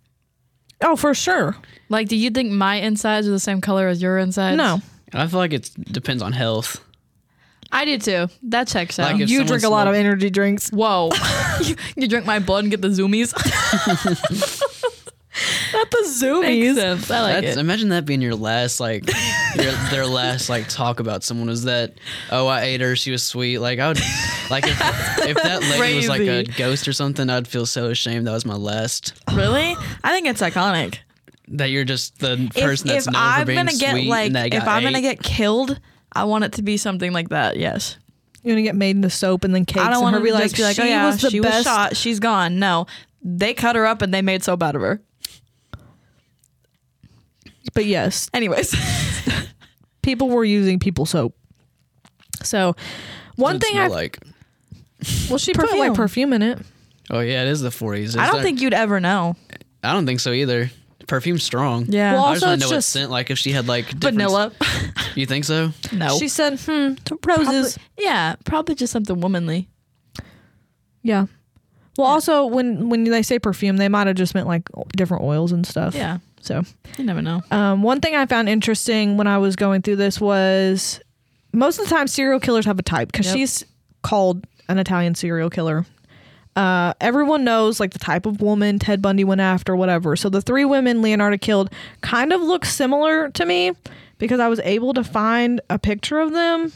Speaker 2: Oh, for sure.
Speaker 1: Like, do you think my insides are the same color as your insides?
Speaker 2: No.
Speaker 3: I feel like it depends on health.
Speaker 1: I do too. That checks out.
Speaker 3: Like if
Speaker 2: You
Speaker 3: someone
Speaker 2: drink a lot of
Speaker 3: smelled-
Speaker 2: energy drinks.
Speaker 1: Whoa. you, you drink my blood and get the zoomies.
Speaker 2: Not the
Speaker 1: Makes
Speaker 2: zoomies.
Speaker 1: sense. I like
Speaker 3: That's,
Speaker 1: it.
Speaker 3: imagine that being your last, like, your, their last, like, talk about someone was that, oh, I ate her, she was sweet. Like, I would, like, if, if that lady was like a
Speaker 1: Crazy.
Speaker 3: ghost or something, I'd feel so ashamed that was my last.
Speaker 1: Really? I think it's iconic.
Speaker 3: That you're just the
Speaker 1: If,
Speaker 3: person that's
Speaker 1: if
Speaker 3: known
Speaker 1: I'm
Speaker 3: for being
Speaker 1: gonna
Speaker 3: sweet.
Speaker 1: get like,
Speaker 3: and that
Speaker 1: if
Speaker 3: got
Speaker 1: I'm
Speaker 3: ate.
Speaker 1: gonna get killed, I want it to be something like that. Yes.
Speaker 2: You're gonna get made into soap and then cakes.
Speaker 1: I don't
Speaker 2: want
Speaker 1: want
Speaker 2: to
Speaker 1: her
Speaker 2: be like,
Speaker 1: just be like,
Speaker 2: she
Speaker 1: oh yeah,
Speaker 2: was the
Speaker 1: she
Speaker 2: best.
Speaker 1: was shot. She's gone. No, they cut her up and they made so bad of her.
Speaker 2: But yes,
Speaker 1: Anyways,
Speaker 2: people were using people soap. So one
Speaker 3: What'd it
Speaker 2: thing
Speaker 3: smell
Speaker 2: I
Speaker 3: like,
Speaker 2: well, she put
Speaker 1: Perfume.
Speaker 2: like perfume in it.
Speaker 3: oh yeah, it is the 40s. It's
Speaker 1: I don't
Speaker 3: not-
Speaker 1: think you'd ever know.
Speaker 3: I don't think so either. Perfume's strong.
Speaker 1: Yeah.
Speaker 2: Well,
Speaker 3: I just
Speaker 2: also,
Speaker 3: want
Speaker 2: it's
Speaker 3: to know what
Speaker 2: just-
Speaker 3: scent. Like if she had like different-
Speaker 1: Vanilla.
Speaker 3: You think so?
Speaker 1: no.
Speaker 2: She said, hmm, t-
Speaker 1: Probably-
Speaker 2: roses.
Speaker 1: yeah, probably just something womanly.
Speaker 2: Yeah. Well, also when when they say perfume, they might have just meant like o- different oils and stuff.
Speaker 1: Yeah,
Speaker 2: So
Speaker 1: you never know.
Speaker 2: um, one thing I found interesting when I was going through this was most of the time serial killers have a type because
Speaker 1: Yep.
Speaker 2: she's called an Italian serial killer. Uh, everyone knows like the type of woman Ted Bundy went after, whatever. So the three women Leonardo killed kind of look similar to me because I was able to find a picture of them. So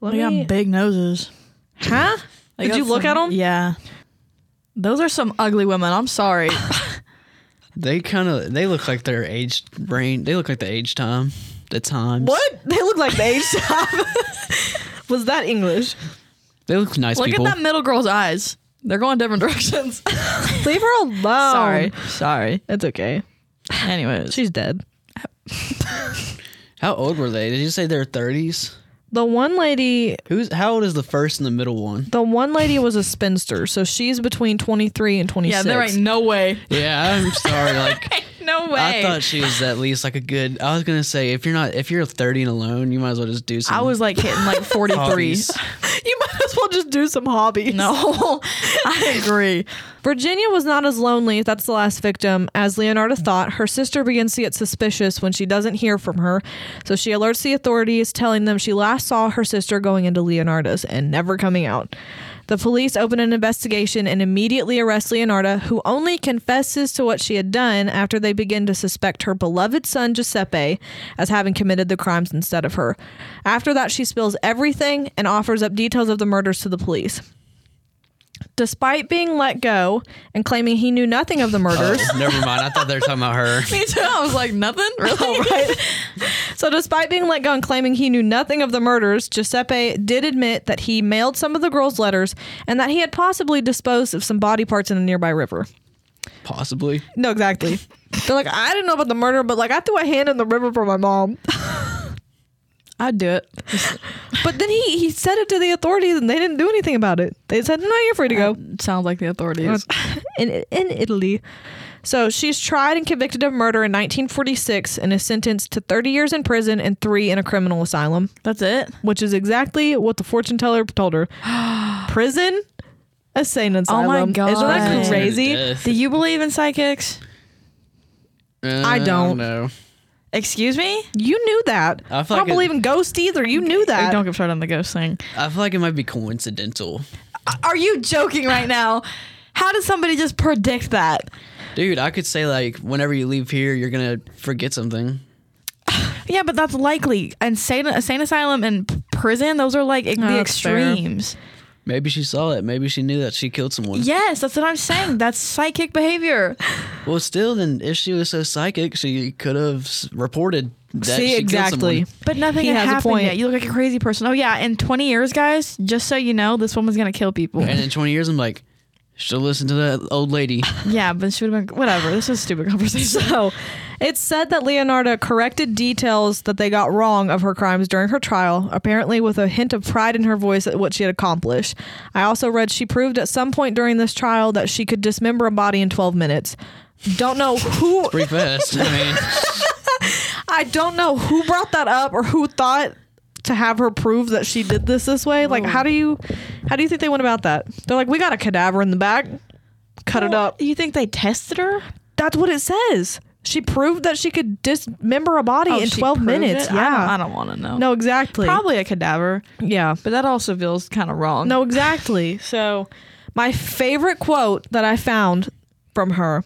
Speaker 2: let
Speaker 1: They got
Speaker 2: me,
Speaker 1: big noses.
Speaker 2: huh?
Speaker 1: They
Speaker 2: Did
Speaker 1: got
Speaker 2: you look
Speaker 1: some- e-,
Speaker 2: at them?
Speaker 1: Yeah. Those are some ugly women. I'm sorry.
Speaker 3: They kind of they look like their age brain. They look like the age time. The times.
Speaker 2: What? They look like the age top. was that English?
Speaker 3: They look nice
Speaker 1: look
Speaker 3: people.
Speaker 1: at that middle girl's eyes. They're going different directions.
Speaker 2: Leave her alone.
Speaker 1: sorry. Sorry.
Speaker 2: It's okay.
Speaker 1: Anyways.
Speaker 2: She's dead.
Speaker 3: How old were they? Did you say they're thirties?
Speaker 2: The one lady
Speaker 3: Who's how old is the first and the middle one?
Speaker 2: the one lady was a spinster, so she's between 23 and 26.
Speaker 1: Yeah, there ain't no way.
Speaker 3: Yeah, I'm sorry. Like
Speaker 1: No way.
Speaker 3: I thought she was at least like a good. I was gonna say if you're not if you're thirty and alone, you might as well just do some.
Speaker 1: I was like hitting
Speaker 3: Oh,
Speaker 1: like 43.
Speaker 3: hobbies.
Speaker 2: you might as well just do some hobbies.
Speaker 1: no, I agree.
Speaker 2: Virginia was not as lonely, if that's the last victim, as Leonardo thought. Her sister begins to get suspicious when she doesn't hear from her, so she alerts the authorities, telling them she last saw her sister going into Leonardo's and never coming out. The police open an investigation and immediately arrest Leonardo, who only confesses to what she had done after they begin to suspect her beloved son Giuseppe as having committed the crimes instead of her. After that, she spills everything and offers up details of the murders to the police. Despite being let go and claiming he knew nothing of the murders,
Speaker 3: Oh, never mind. I thought they were talking about her.
Speaker 1: Me too. I was like, nothing? Really?
Speaker 2: so despite being let go and claiming he knew nothing of the murders, Giuseppe did admit that he mailed some of the girls' letters and that he had possibly disposed of some body parts in a nearby river.
Speaker 3: Possibly.
Speaker 2: No, exactly. They're like, I didn't know about the murder, but like I threw a hand in the river for my mom.
Speaker 1: I'd do it.
Speaker 2: But then he he said it to the authorities and they didn't do anything about it. They said, No, you're free to go.
Speaker 1: Sounds like the authorities.
Speaker 2: in, in Italy. So she's tried and convicted of murder in 1946 and is sentenced to 30 years in prison and three in a criminal asylum,
Speaker 1: That's it.
Speaker 2: which is exactly what the fortune teller told her. prison, a sane asylum. Isn't that
Speaker 1: God.
Speaker 2: crazy?
Speaker 1: Do you believe in psychics?
Speaker 3: Uh, I
Speaker 2: don't.
Speaker 3: know.
Speaker 1: Excuse me?
Speaker 2: You knew that.
Speaker 3: I
Speaker 2: I,
Speaker 3: feel
Speaker 2: don't
Speaker 3: like it-
Speaker 2: believe in ghosts either. You knew
Speaker 1: Hey,
Speaker 2: that.
Speaker 1: don't get started on the ghost thing.
Speaker 3: I feel like it might be coincidental,
Speaker 1: Are you joking right now? How did somebody just predict that?
Speaker 3: dude. I could say like whenever you leave here, you're gonna forget something.
Speaker 1: Yeah, but that's likely. And sane, a sane asylum and p- prison, those are like
Speaker 2: that's
Speaker 1: the
Speaker 2: fair.
Speaker 1: extremes.
Speaker 3: Maybe she saw it. Maybe she knew that she killed someone.
Speaker 1: Yes, that's what I'm saying. That's psychic behavior.
Speaker 3: Well, still, then if she was so psychic, she could have s- reported that she
Speaker 2: See, exactly.
Speaker 3: killed someone.
Speaker 1: But nothing
Speaker 2: He
Speaker 1: had
Speaker 2: has a
Speaker 1: happened
Speaker 2: point.
Speaker 1: yet. You look like a crazy person. Oh yeah, in 20 years, guys, just so you know, this woman's gonna kill people.
Speaker 3: And in 20 years, I'm like, she'll listen to that old lady.
Speaker 1: yeah, but she would have been whatever. This was a stupid conversation.
Speaker 2: So it's said that Leonardo corrected details that they got wrong of her crimes during her trial, apparently with a hint of pride in her voice at what she had accomplished. I also read she proved at some point during this trial that she could dismember a body in 12 minutes. Don't know who
Speaker 3: Pretty fast. I mean,
Speaker 2: I don't know who brought that up or who thought to have her prove that she did this this way. Like how do you how do you think they went about that? They're like we got a cadaver in the back. Cut it up.
Speaker 1: You think they tested her?
Speaker 2: That's what it says. She proved that she could dismember a body in
Speaker 1: Oh, she
Speaker 2: 12
Speaker 1: proved
Speaker 2: minutes.
Speaker 1: it? I
Speaker 2: Yeah.
Speaker 1: don't- I don't, want to know.
Speaker 2: No, exactly.
Speaker 1: probably a cadaver,
Speaker 2: Yeah.
Speaker 1: but that also feels kind of wrong.
Speaker 2: No, exactly. So, my favorite quote that I found from her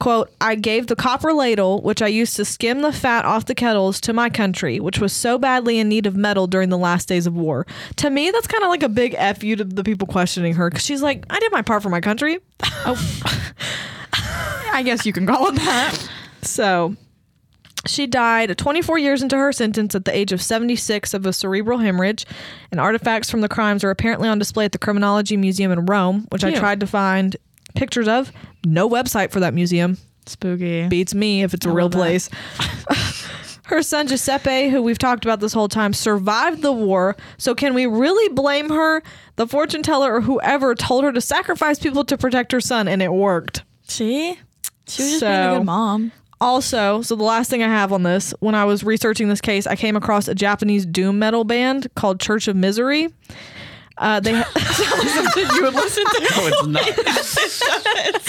Speaker 2: quote i gave the copper ladle which i used to skim the fat off the kettles to my country which was so badly in need of metal during the last days of war to me that's kind of like a big f you to the people questioning her because she's like i did my part for my country
Speaker 1: I guess you can call it that.
Speaker 2: So she died 24 years into her sentence at the age of 76 of a cerebral hemorrhage, and artifacts from the crimes are apparently on display at the Criminology Museum in Rome, which I
Speaker 1: Ew.
Speaker 2: tried to find pictures of. No website for that museum.
Speaker 1: Spooky.
Speaker 2: Beats me if it's a real
Speaker 1: love that.
Speaker 2: place. her son Giuseppe, who we've talked about this whole time, survived the war. So can we really blame her? The fortune teller or whoever told her to sacrifice people to protect her son, and it worked.
Speaker 1: See, she was just being a
Speaker 2: So-
Speaker 1: good mom.
Speaker 2: Also, so the last thing I have on this, when I was researching this case, I came across a Japanese doom metal band called Church of Misery. Uh, they
Speaker 1: you would listen to.
Speaker 3: no, it's not.
Speaker 2: um,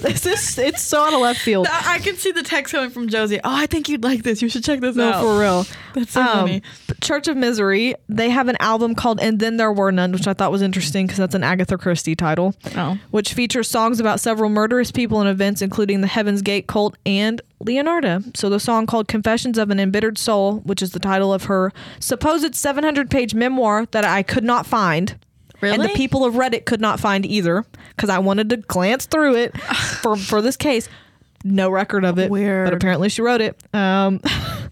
Speaker 2: this is it's so out of left field.
Speaker 1: I I can see the text coming from Josie. Oh, I think you'd like this. You should check this
Speaker 2: No, Um,
Speaker 1: out.
Speaker 2: for real.
Speaker 1: That's so funny.
Speaker 2: but Church of Misery. They have an album called "And Then There Were None," which I thought was interesting because that's an Agatha Christie title,
Speaker 1: Oh.
Speaker 2: which features songs about several murderous people and events, including the Heaven's Gate cult and Leonardo. So the song called "Confessions of an Embittered Soul," which is the title of her supposed 700-page memoir that I could not find. And the
Speaker 1: Really?
Speaker 2: people of Reddit could not find either because I wanted to glance through it for, for this case. No record of it,
Speaker 1: Weird.
Speaker 2: but apparently she wrote it. Um, And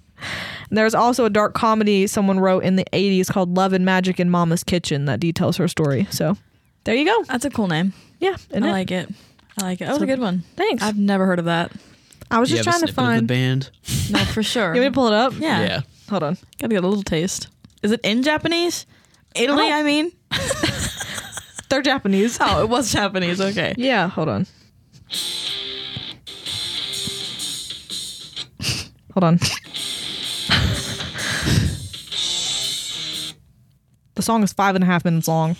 Speaker 2: there's also a dark comedy someone wrote in the 80s called Love and Magic in Mama's Kitchen that details her story. So there you go.
Speaker 1: That's a cool name.
Speaker 2: Yeah. isn't
Speaker 1: I
Speaker 2: it?
Speaker 1: like it. I like it. That was a
Speaker 2: So-
Speaker 1: good one.
Speaker 2: Thanks. i
Speaker 1: I've never heard of that.
Speaker 2: was
Speaker 3: You
Speaker 2: just
Speaker 3: have a
Speaker 2: trying to
Speaker 3: snippet of the
Speaker 2: find. You
Speaker 3: band.
Speaker 1: No, for sure.
Speaker 2: want me to pull it up?
Speaker 1: yeah.
Speaker 3: yeah.
Speaker 2: Hold on.
Speaker 1: Gotta get a little taste. Is it in Japanese? Italy,
Speaker 2: Oh.
Speaker 1: I mean.
Speaker 2: They're Japanese.
Speaker 1: Oh, it was Japanese. Okay.
Speaker 2: Yeah, hold on. Hold on. the song is five and a half minutes long.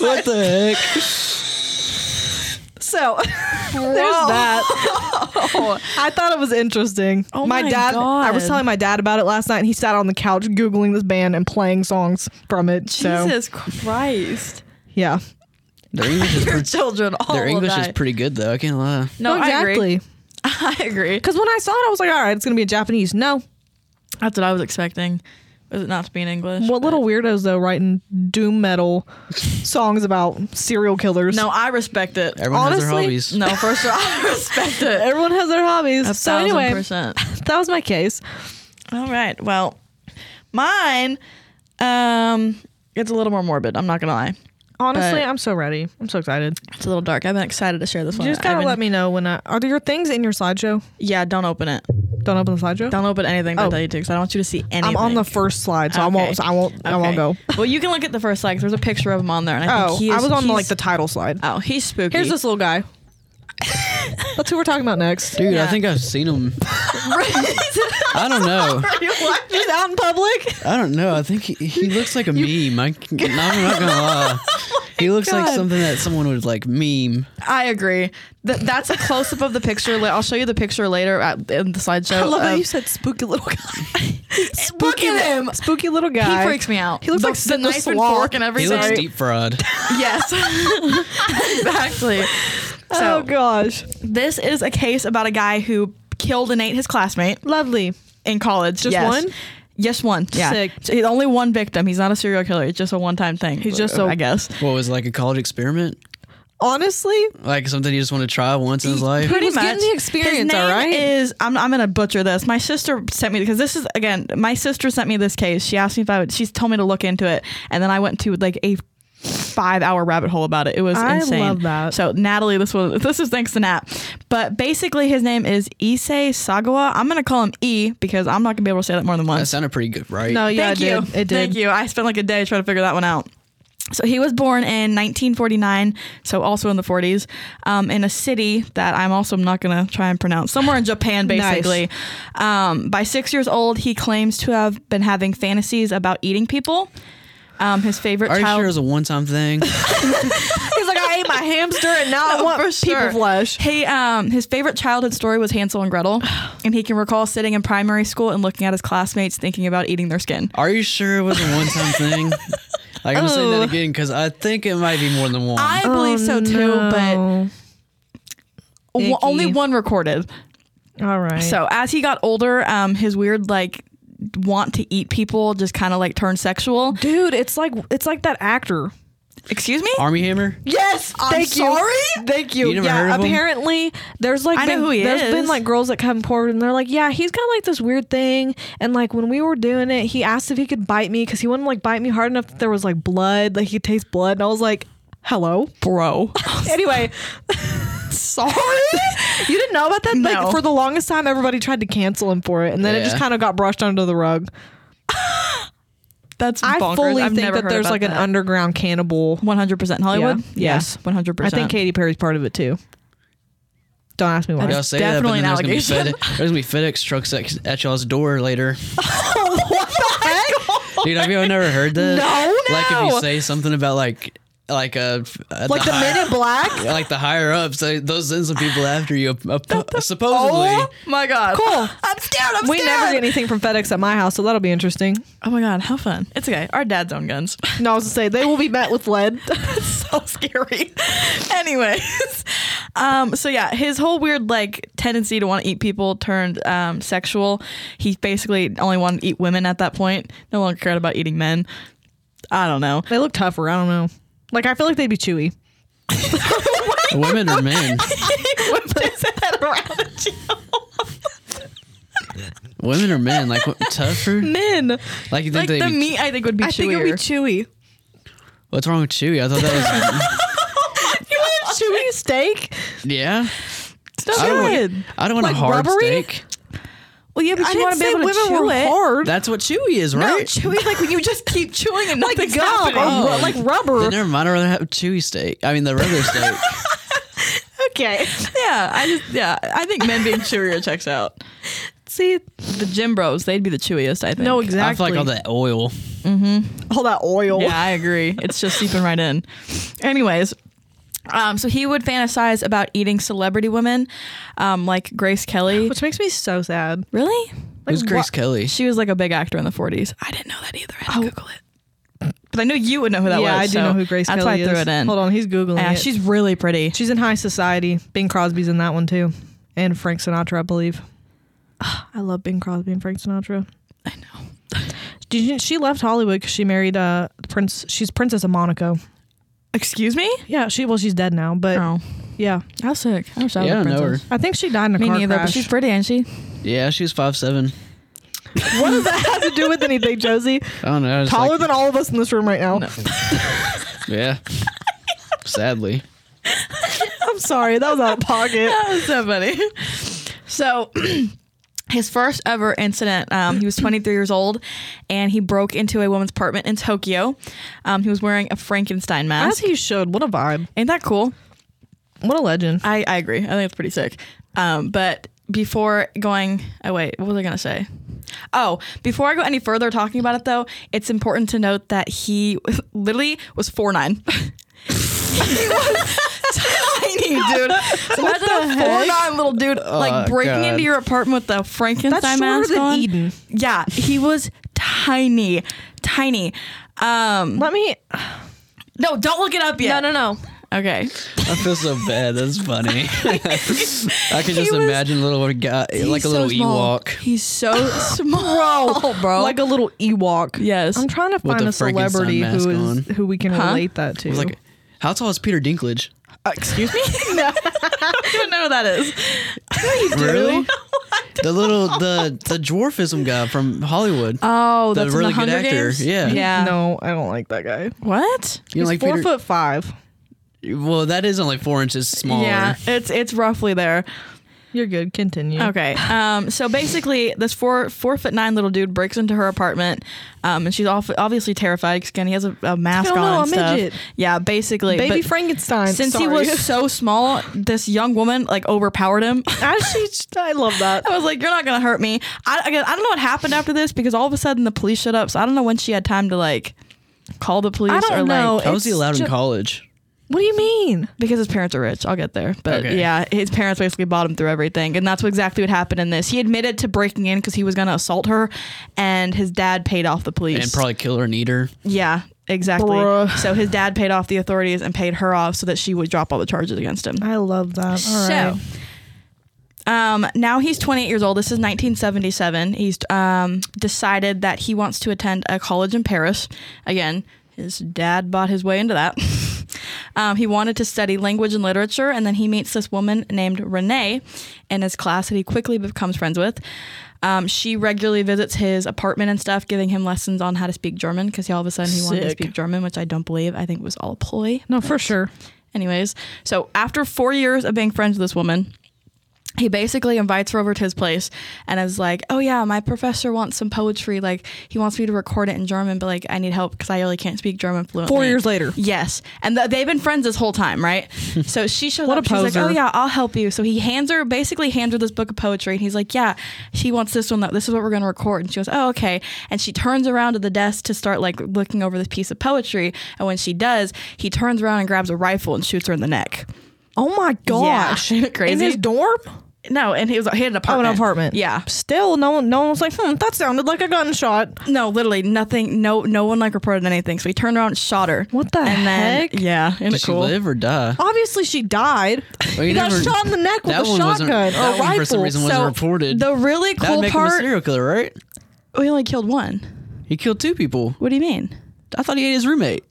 Speaker 3: What the heck?
Speaker 2: So there's that. I thought it was interesting.
Speaker 1: Oh my
Speaker 2: dad, I was
Speaker 1: God.
Speaker 2: telling my dad about it last night, and he sat on the couch googling this band and playing songs from it. So
Speaker 1: Jesus Christ.
Speaker 2: yeah,
Speaker 3: Their English is
Speaker 1: Your
Speaker 3: pretty,
Speaker 1: children all
Speaker 3: their
Speaker 1: will
Speaker 3: English
Speaker 1: die.
Speaker 3: is pretty good though. I can't lie.
Speaker 1: No,
Speaker 2: exactly.
Speaker 1: I agree. I agree.
Speaker 2: Because when I saw it, I was like, all right, it's gonna be in Japanese. No,
Speaker 1: That's what I was expecting. Was it not to be in English?
Speaker 2: What little weirdos though writing doom metal songs about serial killers?
Speaker 1: No, I respect it.
Speaker 3: Everyone has their
Speaker 2: Honestly,
Speaker 3: hobbies.
Speaker 1: No, first of all, I respect it.
Speaker 2: everyone has their hobbies.
Speaker 1: A
Speaker 2: so
Speaker 1: thousand
Speaker 2: anyway,
Speaker 1: percent.
Speaker 2: that was my case.
Speaker 1: All right. Well, mine. Um, it's a little more morbid. I'm not gonna lie.
Speaker 2: Honestly,
Speaker 1: But-
Speaker 2: I'm so ready. I'm so excited.
Speaker 1: It's a little dark. I've been excited to share this
Speaker 2: You
Speaker 1: one.
Speaker 2: just gotta
Speaker 1: I've been-
Speaker 2: let me know when I are there your things in your slideshow.
Speaker 1: Yeah, don't open it.
Speaker 2: Don't open the slideshow.
Speaker 1: Don't open anything that I
Speaker 2: Oh.
Speaker 1: tell you to, because I don't want you to see anything.
Speaker 2: I'm on the first slide, so I
Speaker 1: Okay.
Speaker 2: won't. So I won't. I
Speaker 1: Okay.
Speaker 2: won't go.
Speaker 1: Well, you can look at the first slide. 'cause There's a picture of him on there, and I
Speaker 2: Oh,
Speaker 1: think he
Speaker 2: I
Speaker 1: is-
Speaker 2: was on
Speaker 1: he's-
Speaker 2: like the title slide.
Speaker 1: Oh, he's spooky.
Speaker 2: Here's this little guy. That's who we're talking about next.
Speaker 3: Dude,
Speaker 1: Yeah.
Speaker 3: I think I've seen them. I don't know.
Speaker 2: Just out in public.
Speaker 3: I don't know. I think he, he looks like a meme. I, am not gonna lie. he looks like
Speaker 1: God.
Speaker 3: something that someone would like meme.
Speaker 1: I agree. Th- that's a close up of the picture. Li- I'll show you the picture later at, in the slideshow.
Speaker 2: I love that
Speaker 1: of-
Speaker 2: you said spooky little guy.
Speaker 1: Look at him.
Speaker 2: Oh, um, Spooky little guy.
Speaker 1: He freaks me out.
Speaker 2: He looks
Speaker 1: the,
Speaker 2: like
Speaker 1: the
Speaker 2: Sid the
Speaker 1: knife and
Speaker 2: Sloth.
Speaker 1: fork and
Speaker 3: He
Speaker 1: everything.
Speaker 3: looks deep fried.
Speaker 1: Yes, exactly. So
Speaker 2: oh gosh,
Speaker 1: this is a case about a guy who killed and ate his classmate
Speaker 2: lovely.
Speaker 1: in college.
Speaker 2: Just
Speaker 1: yes.
Speaker 2: one?
Speaker 1: Yes, one. Yeah.
Speaker 2: Sick.
Speaker 1: So he's only one victim. He's not a serial killer. It's just a one time thing.
Speaker 2: He's just
Speaker 1: I
Speaker 2: a-
Speaker 1: guess.
Speaker 3: What was it, like a college experiment?
Speaker 2: Honestly,
Speaker 3: Like something he just wanted to try once in his life?
Speaker 1: Pretty
Speaker 2: was
Speaker 1: much.
Speaker 2: getting the experience,
Speaker 1: His name
Speaker 2: all right?
Speaker 1: Is I'm I'm gonna butcher this. My sister sent me because this is again. My sister sent me this case. She asked me if I would. She told me to look into it, and then I went to like a five hour rabbit hole about it. It was
Speaker 2: I
Speaker 1: insane.
Speaker 2: love that.
Speaker 1: So Natalie, this was this is thanks to Nat. But basically, his name is Issei Sagawa. I'm gonna call him E because I'm not gonna be able to say that more than
Speaker 3: That
Speaker 1: once.
Speaker 3: sounded pretty good, right?
Speaker 2: no, Oh, yeah,
Speaker 1: Thank
Speaker 2: it
Speaker 1: you.
Speaker 2: did. It did.
Speaker 1: Thank you. I spent like a day trying to figure that one out. So he was born in 1949, so also in the 40s, um, in a city that I'm also not going to try and pronounce, somewhere in Japan, basically. Um, by six years old, he claims to have been having fantasies about eating people. Um, his favorite
Speaker 3: Are you
Speaker 1: child.
Speaker 3: sure it was a one time thing?
Speaker 2: He's like, I ate my hamster and now I want
Speaker 1: Oh, for
Speaker 2: people
Speaker 1: sure.
Speaker 2: flesh.
Speaker 1: He um his favorite childhood story was Hansel and Gretel, and he can recall sitting in primary school and looking at his classmates thinking about eating their skin.
Speaker 3: Are you sure it was a one time thing? Like, I'm gonna say
Speaker 1: Oh.
Speaker 3: that again because I think it might be more than one.
Speaker 1: I
Speaker 2: Oh,
Speaker 1: believe so too, but w-
Speaker 2: Icky.
Speaker 1: only one recorded.
Speaker 2: but all right.
Speaker 1: So as he got older, um, his weird like want to eat people just kind of like turned sexual.
Speaker 2: dude, it's like it's like that actor.
Speaker 1: Excuse me.
Speaker 3: Army Hammer?
Speaker 2: Yes,
Speaker 1: I'm
Speaker 2: thank you.
Speaker 1: sorry?
Speaker 2: Thank you.
Speaker 3: You never
Speaker 2: yeah,
Speaker 3: heard of him?
Speaker 2: apparently there's like
Speaker 1: I know
Speaker 2: been,
Speaker 1: who he
Speaker 2: there's
Speaker 1: is.
Speaker 2: been like girls that come forward and they're like, yeah, he's got like this weird thing, and like when we were doing it, he asked if he could bite me because he wouldn't like bite me hard enough that there was like blood, like he could taste blood, and I was like, hello.
Speaker 1: Bro,
Speaker 2: Anyway,
Speaker 1: sorry.
Speaker 2: you didn't know about that.
Speaker 1: No.
Speaker 2: Like for the longest time, everybody tried to cancel him for it, and then it
Speaker 3: Yeah.
Speaker 2: just kind of got brushed under the rug.
Speaker 1: That's
Speaker 2: I
Speaker 1: bonkers.
Speaker 2: fully
Speaker 1: I've
Speaker 2: think
Speaker 1: never
Speaker 2: that
Speaker 1: heard
Speaker 2: there's
Speaker 1: about
Speaker 2: like an
Speaker 1: that.
Speaker 2: underground cannibal.
Speaker 1: 100% Hollywood.
Speaker 2: Yeah.
Speaker 1: Yes, 100%.
Speaker 2: I think Katy Perry's part of it too. Don't ask me why.
Speaker 3: Y'all say that, but
Speaker 1: definitely
Speaker 3: then
Speaker 1: an
Speaker 3: there's gonna, be
Speaker 1: allegation.
Speaker 3: FedEx, there's gonna be FedEx trucks at, at y'all's door later.
Speaker 1: Oh
Speaker 3: Dude, have y'all never heard that?
Speaker 2: No,
Speaker 3: Like if
Speaker 2: Oh, no.
Speaker 3: you say something about like like uh, a
Speaker 2: like the
Speaker 3: high-
Speaker 2: Men in Black.
Speaker 3: like the higher ups, they, they'll send some people after you. uh, uh, supposedly,
Speaker 1: Oh my god.
Speaker 2: Cool.
Speaker 1: I'm scared. I'm
Speaker 2: We
Speaker 1: scared.
Speaker 2: never get anything from FedEx at my house, so that'll be interesting.
Speaker 1: Oh my god, how fun. It's okay. Our dads own guns.
Speaker 2: No, I was to say they will be met with lead.
Speaker 1: so scary. Anyways, um, so yeah, his whole weird like tendency to want to eat people turned um, sexual. He basically only wanted to eat women at that point. No longer cared about eating men. I don't know.
Speaker 2: they look tougher. I don't know. Like I feel like they'd be chewy.
Speaker 3: Women or men? Women or men? Like what, tougher?
Speaker 2: Men.
Speaker 3: Like you think
Speaker 1: Like
Speaker 3: they?
Speaker 1: the
Speaker 3: be-
Speaker 1: meat, I think would be
Speaker 2: I think it would be
Speaker 1: chewier.
Speaker 2: chewy.
Speaker 3: what's wrong with Chewy? I thought that
Speaker 2: You want a chewy steak?
Speaker 3: was. yeah.
Speaker 1: Stop
Speaker 3: I don't
Speaker 1: it.
Speaker 3: want, I don't want
Speaker 2: Like
Speaker 3: a hard
Speaker 2: rubbery?
Speaker 3: steak.
Speaker 1: Well, yeah, but
Speaker 2: I
Speaker 1: you want to
Speaker 2: didn't
Speaker 1: be
Speaker 2: say
Speaker 1: able to
Speaker 2: women
Speaker 1: chew
Speaker 2: were
Speaker 1: it.
Speaker 2: hard.
Speaker 3: That's what Chewy is,
Speaker 1: No,
Speaker 3: right?
Speaker 1: chewy like when you just keep chewing and
Speaker 2: like
Speaker 1: nothing's
Speaker 2: gum,
Speaker 1: happening.
Speaker 2: or ru- like
Speaker 3: Then
Speaker 2: rubber.
Speaker 3: never mind. I'd rather have Chewy steak. I mean the regular steak.
Speaker 2: Okay.
Speaker 1: Yeah, I just yeah, I think men being chewier checks out.
Speaker 2: See,
Speaker 1: The gym bros, they'd be the chewiest. I think.
Speaker 2: no,
Speaker 3: I
Speaker 2: exactly.
Speaker 3: feel like all that oil.
Speaker 2: all that oil.
Speaker 1: Yeah, I agree. It's just seeping right in. Anyways, um, so he would fantasize about eating celebrity women, um, like Grace Kelly.
Speaker 2: Which makes me so sad.
Speaker 1: Really?
Speaker 3: Who's Grace Kelly?
Speaker 1: She was like a big actor in the 40s. I didn't know that either. I had to Google it. But Oh. I knew you would know who that
Speaker 2: yeah,
Speaker 1: was.
Speaker 2: I do
Speaker 1: so
Speaker 2: know who Grace
Speaker 1: that's
Speaker 2: Kelly is.
Speaker 1: why I threw it in.
Speaker 2: Hold on, he's googling
Speaker 1: Yeah,
Speaker 2: it.
Speaker 1: she's really pretty.
Speaker 2: she's in High Society. Bing Crosby's in that one too, and Frank Sinatra, I believe. I love Bing Crosby and Frank Sinatra.
Speaker 1: I know.
Speaker 2: Did you, she left Hollywood because she married uh prince? She's Princess of Monaco.
Speaker 1: Excuse me?
Speaker 2: Yeah, she well she's dead now, but
Speaker 1: Oh,
Speaker 2: yeah,
Speaker 1: how sick. I wish I was
Speaker 3: Yeah,
Speaker 1: a
Speaker 3: I know her.
Speaker 1: princess.
Speaker 2: I think she died in a
Speaker 1: Me
Speaker 2: car
Speaker 1: neither,
Speaker 2: crash.
Speaker 1: but she's pretty, ain't she?
Speaker 3: Yeah, she was five seven.
Speaker 2: what does that have to do with anything, Josie?
Speaker 3: I don't know. I was
Speaker 2: Taller
Speaker 3: like,
Speaker 2: than all of us in this room right now.
Speaker 3: Yeah. Sadly.
Speaker 2: I'm sorry, that was out of pocket.
Speaker 1: That was so funny. So, his first ever incident, um, he was 23 years old and he broke into a woman's apartment in Tokyo. Um, he was wearing a Frankenstein
Speaker 2: As
Speaker 1: mask.
Speaker 2: he should. What a vibe.
Speaker 1: Ain't that cool?
Speaker 2: What a legend.
Speaker 1: I, I agree. I think it's pretty sick. Um, but before going, oh, wait, what was I going to say? Oh, before I go any further talking about it, though, it's important to note that he literally was four nine. he was tiny, dude. So imagine a four nine little dude like
Speaker 3: Oh,
Speaker 1: breaking
Speaker 3: God.
Speaker 1: into your apartment with a Frankenstein
Speaker 2: That's shorter
Speaker 1: mask
Speaker 2: than
Speaker 1: on.
Speaker 2: Eden.
Speaker 1: Yeah, he was tiny, tiny. Um,
Speaker 2: Let me.
Speaker 1: no, don't look it up yet.
Speaker 2: No, no, no.
Speaker 1: Okay.
Speaker 3: I feel so bad. That's funny. I can just
Speaker 1: was-
Speaker 3: imagine a little guy, like
Speaker 1: He's
Speaker 3: a little
Speaker 1: so small.
Speaker 3: Ewok.
Speaker 1: He's so small, bro.
Speaker 2: Like a little Ewok.
Speaker 1: Oh. Yes.
Speaker 2: I'm trying to
Speaker 3: With
Speaker 2: find
Speaker 3: the
Speaker 2: a celebrity
Speaker 3: Frankenstein
Speaker 2: who
Speaker 3: mask
Speaker 2: is who we can
Speaker 1: Huh?
Speaker 2: relate that to.
Speaker 3: It was like, how tall is Peter Dinklage?
Speaker 1: excuse me? no. I don't know who that is.
Speaker 3: Really? the little the the dwarfism guy from Hollywood.
Speaker 1: Oh,
Speaker 3: the
Speaker 1: that's
Speaker 3: really
Speaker 1: in the
Speaker 3: good
Speaker 1: Hunger
Speaker 3: actor.
Speaker 1: Games?
Speaker 3: Yeah.
Speaker 1: Yeah.
Speaker 2: No, I don't like that guy.
Speaker 1: What?
Speaker 3: You
Speaker 2: He's
Speaker 3: know, like
Speaker 2: four
Speaker 3: Peter,
Speaker 2: foot five.
Speaker 3: Well, that is only four inches smaller.
Speaker 1: Yeah, it's it's roughly there.
Speaker 2: You're good. Continue.
Speaker 1: Okay. Um. So basically, this four four foot nine little dude breaks into her apartment, um, and she's off, obviously terrified because he has a, a mask
Speaker 2: Oh, no,
Speaker 1: on and
Speaker 2: a
Speaker 1: stuff.
Speaker 2: midget.
Speaker 1: Yeah, basically.
Speaker 2: Baby
Speaker 1: but
Speaker 2: Frankenstein.
Speaker 1: since he
Speaker 2: Sorry.
Speaker 1: was so small, this young woman like overpowered him.
Speaker 2: Actually, I love that.
Speaker 1: I was like, "You're not gonna hurt me." I again, I don't know what happened after this because all of a sudden the police showed up. So I don't know when she had time to like call the police.
Speaker 2: I don't
Speaker 1: or,
Speaker 2: know.
Speaker 1: Like,
Speaker 3: How was he
Speaker 2: It's
Speaker 3: allowed
Speaker 2: ju-
Speaker 3: in college?
Speaker 2: What do you mean?
Speaker 1: because his parents are rich. I'll get there. But
Speaker 3: Okay.
Speaker 1: yeah, his parents basically bought him through everything, and that's exactly what happened in this. He admitted to breaking in because he was gonna assault her, and his dad paid off the police.
Speaker 3: And probably kill her and eat her.
Speaker 1: yeah. Exactly.
Speaker 2: Bruh.
Speaker 1: So his dad paid off the authorities and paid her off so that she would drop all the charges against him.
Speaker 2: I love that. All right.
Speaker 1: So, um, now he's 28 years old. This is 1977. He's um, decided that he wants to attend a college in Paris. Again, his dad bought his way into that. um, he wanted to study language and literature, and then he meets this woman named Renee in his class that he quickly becomes friends with. Um, she regularly visits his apartment and stuff, giving him lessons on how to speak German because all of a sudden he wanted to
Speaker 2: Sick.
Speaker 1: speak German, which I don't believe. I think was all a ploy.
Speaker 2: No, for sure.
Speaker 1: Anyways, so after four years of being friends with this woman, he basically invites her over to his place and is like, "Oh yeah, my professor wants some poetry. Like he wants me to record it in German, but like I need help because I really can't speak German fluently."
Speaker 2: Four years later.
Speaker 1: Yes, and th- they've been friends this whole time, right? so she shows
Speaker 2: What
Speaker 1: up.
Speaker 2: a
Speaker 1: She's like,
Speaker 2: poser.
Speaker 1: "Oh yeah, I'll help you." So he hands her basically hands her this book of poetry, and he's like, "Yeah, she wants this one. Though. This is what we're going to record." And she goes, "Oh okay." And she turns around to the desk to start like looking over this piece of poetry, and when she does, he turns around and grabs a rifle and shoots her in the neck.
Speaker 2: Oh my gosh.
Speaker 1: Isn't it crazy?
Speaker 2: In his dorm?
Speaker 1: No, and he was he had an
Speaker 2: Oh, an
Speaker 1: apartment.
Speaker 2: apartment.
Speaker 1: Yeah.
Speaker 2: Still, no one, no one was like, hmm, that sounded like a gunshot.
Speaker 1: No, literally nothing. No, no one like reported anything. So he turned around, and shot her.
Speaker 2: What the
Speaker 1: and
Speaker 2: heck?
Speaker 1: Then, yeah, isn't
Speaker 3: Did
Speaker 1: it cool?
Speaker 3: she live or die?
Speaker 2: Obviously, she died.
Speaker 3: Well, you
Speaker 2: he got
Speaker 3: never-
Speaker 2: shot in the neck with
Speaker 3: that
Speaker 2: a
Speaker 3: one wasn't-
Speaker 2: shotgun or
Speaker 3: that
Speaker 2: a
Speaker 3: one for some
Speaker 2: rifle.
Speaker 3: reason wasn't reported.
Speaker 1: The really
Speaker 3: That would
Speaker 1: cool
Speaker 3: make him a
Speaker 1: part.
Speaker 3: serial killer, right?
Speaker 1: We only killed one.
Speaker 3: He killed two people.
Speaker 1: What do you mean?
Speaker 3: I thought he ate his roommate.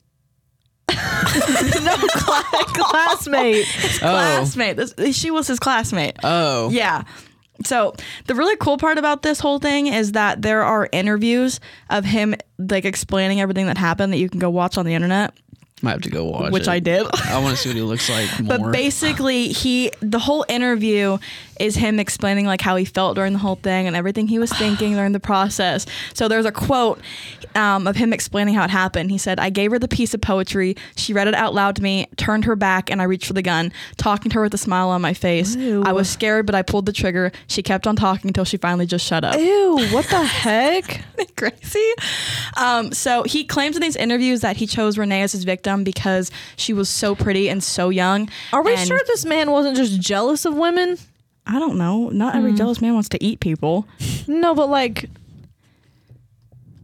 Speaker 2: no, cla- classmate.
Speaker 1: classmate. This, she was his classmate.
Speaker 3: Oh.
Speaker 1: Yeah. So the really cool part about this whole thing is that there are interviews of him like explaining everything that happened that you can go watch on the internet,
Speaker 3: Might have to go watch
Speaker 1: which
Speaker 3: it.
Speaker 1: I did.
Speaker 3: I want to see what he looks like more.
Speaker 1: But basically, he the whole interview is him explaining like how he felt during the whole thing and everything he was thinking during the process. So there's a quote um, of him explaining how it happened. He said, "I gave her the piece of poetry. She read it out loud to me. Turned her back, and I reached for the gun, talking to her with a smile on my face.
Speaker 2: Ew.
Speaker 1: I was scared, but I pulled the trigger. She kept on talking until she finally just shut up."
Speaker 2: Ew, what the heck?
Speaker 1: Isn't it crazy? Um, so he claims in these interviews that he chose Renee as his victim because she was so pretty and so young.
Speaker 2: Are we
Speaker 1: and-
Speaker 2: sure this man wasn't just jealous of women?
Speaker 1: I don't know. Not
Speaker 2: Hmm.
Speaker 1: every jealous man wants to eat people.
Speaker 2: No, but like.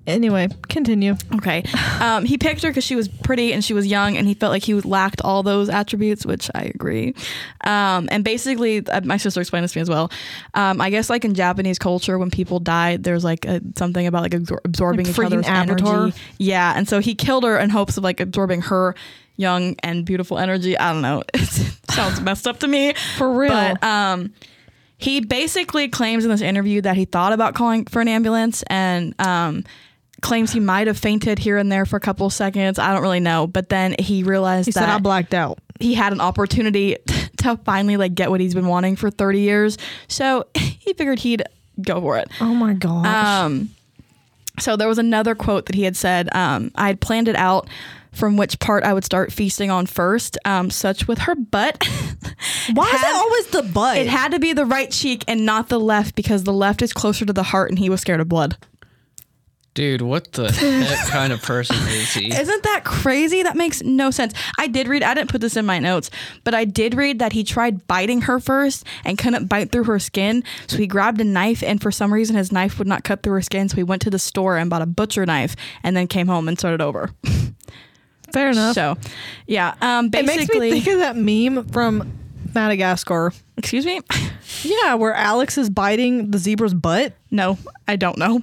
Speaker 2: Anyway, continue.
Speaker 1: Okay. Um, he picked her because she was pretty and she was young, and he felt like he lacked all those attributes, which I agree. Um, and basically, uh, my sister explained this to me as well. Um, I guess, like in Japanese culture, when people die, there's like a, something about like absor- absorbing
Speaker 2: Like
Speaker 1: each other's
Speaker 2: freaking Avatar.
Speaker 1: energy. Yeah. And so he killed her in hopes of like absorbing her young and beautiful energy. I don't know. It sounds messed up to me.
Speaker 2: For real.
Speaker 1: But um, he basically claims in this interview that he thought about calling for an ambulance and um, claims he might have fainted here and there for a couple seconds. I don't really know. But then he realized
Speaker 2: He
Speaker 1: that
Speaker 2: said I blacked out.
Speaker 1: he had an opportunity to finally like get what he's been wanting for 30 years. So he figured he'd go for it.
Speaker 2: Oh my gosh.
Speaker 1: Um, so there was another quote that he had said. Um, I had planned it out from which part I would start feasting on first, um, such with her butt.
Speaker 2: Why is
Speaker 1: had-
Speaker 2: it always the butt?
Speaker 1: It had to be the right cheek and not the left because the left is closer to the heart and he was scared of blood.
Speaker 3: Dude, what the heck kind of person is he?
Speaker 1: Isn't that crazy? That makes no sense. I did read, I didn't put this in my notes, but I did read that he tried biting her first and couldn't bite through her skin. So he grabbed a knife and for some reason his knife would not cut through her skin. So he went to the store and bought a butcher knife and then came home and started over.
Speaker 2: Fair enough.
Speaker 1: So, yeah. Um,
Speaker 2: it makes
Speaker 1: basically,
Speaker 2: me think of that meme from Madagascar.
Speaker 1: excuse me?
Speaker 2: Yeah, where Alex is biting the zebra's butt.
Speaker 1: No, I don't know.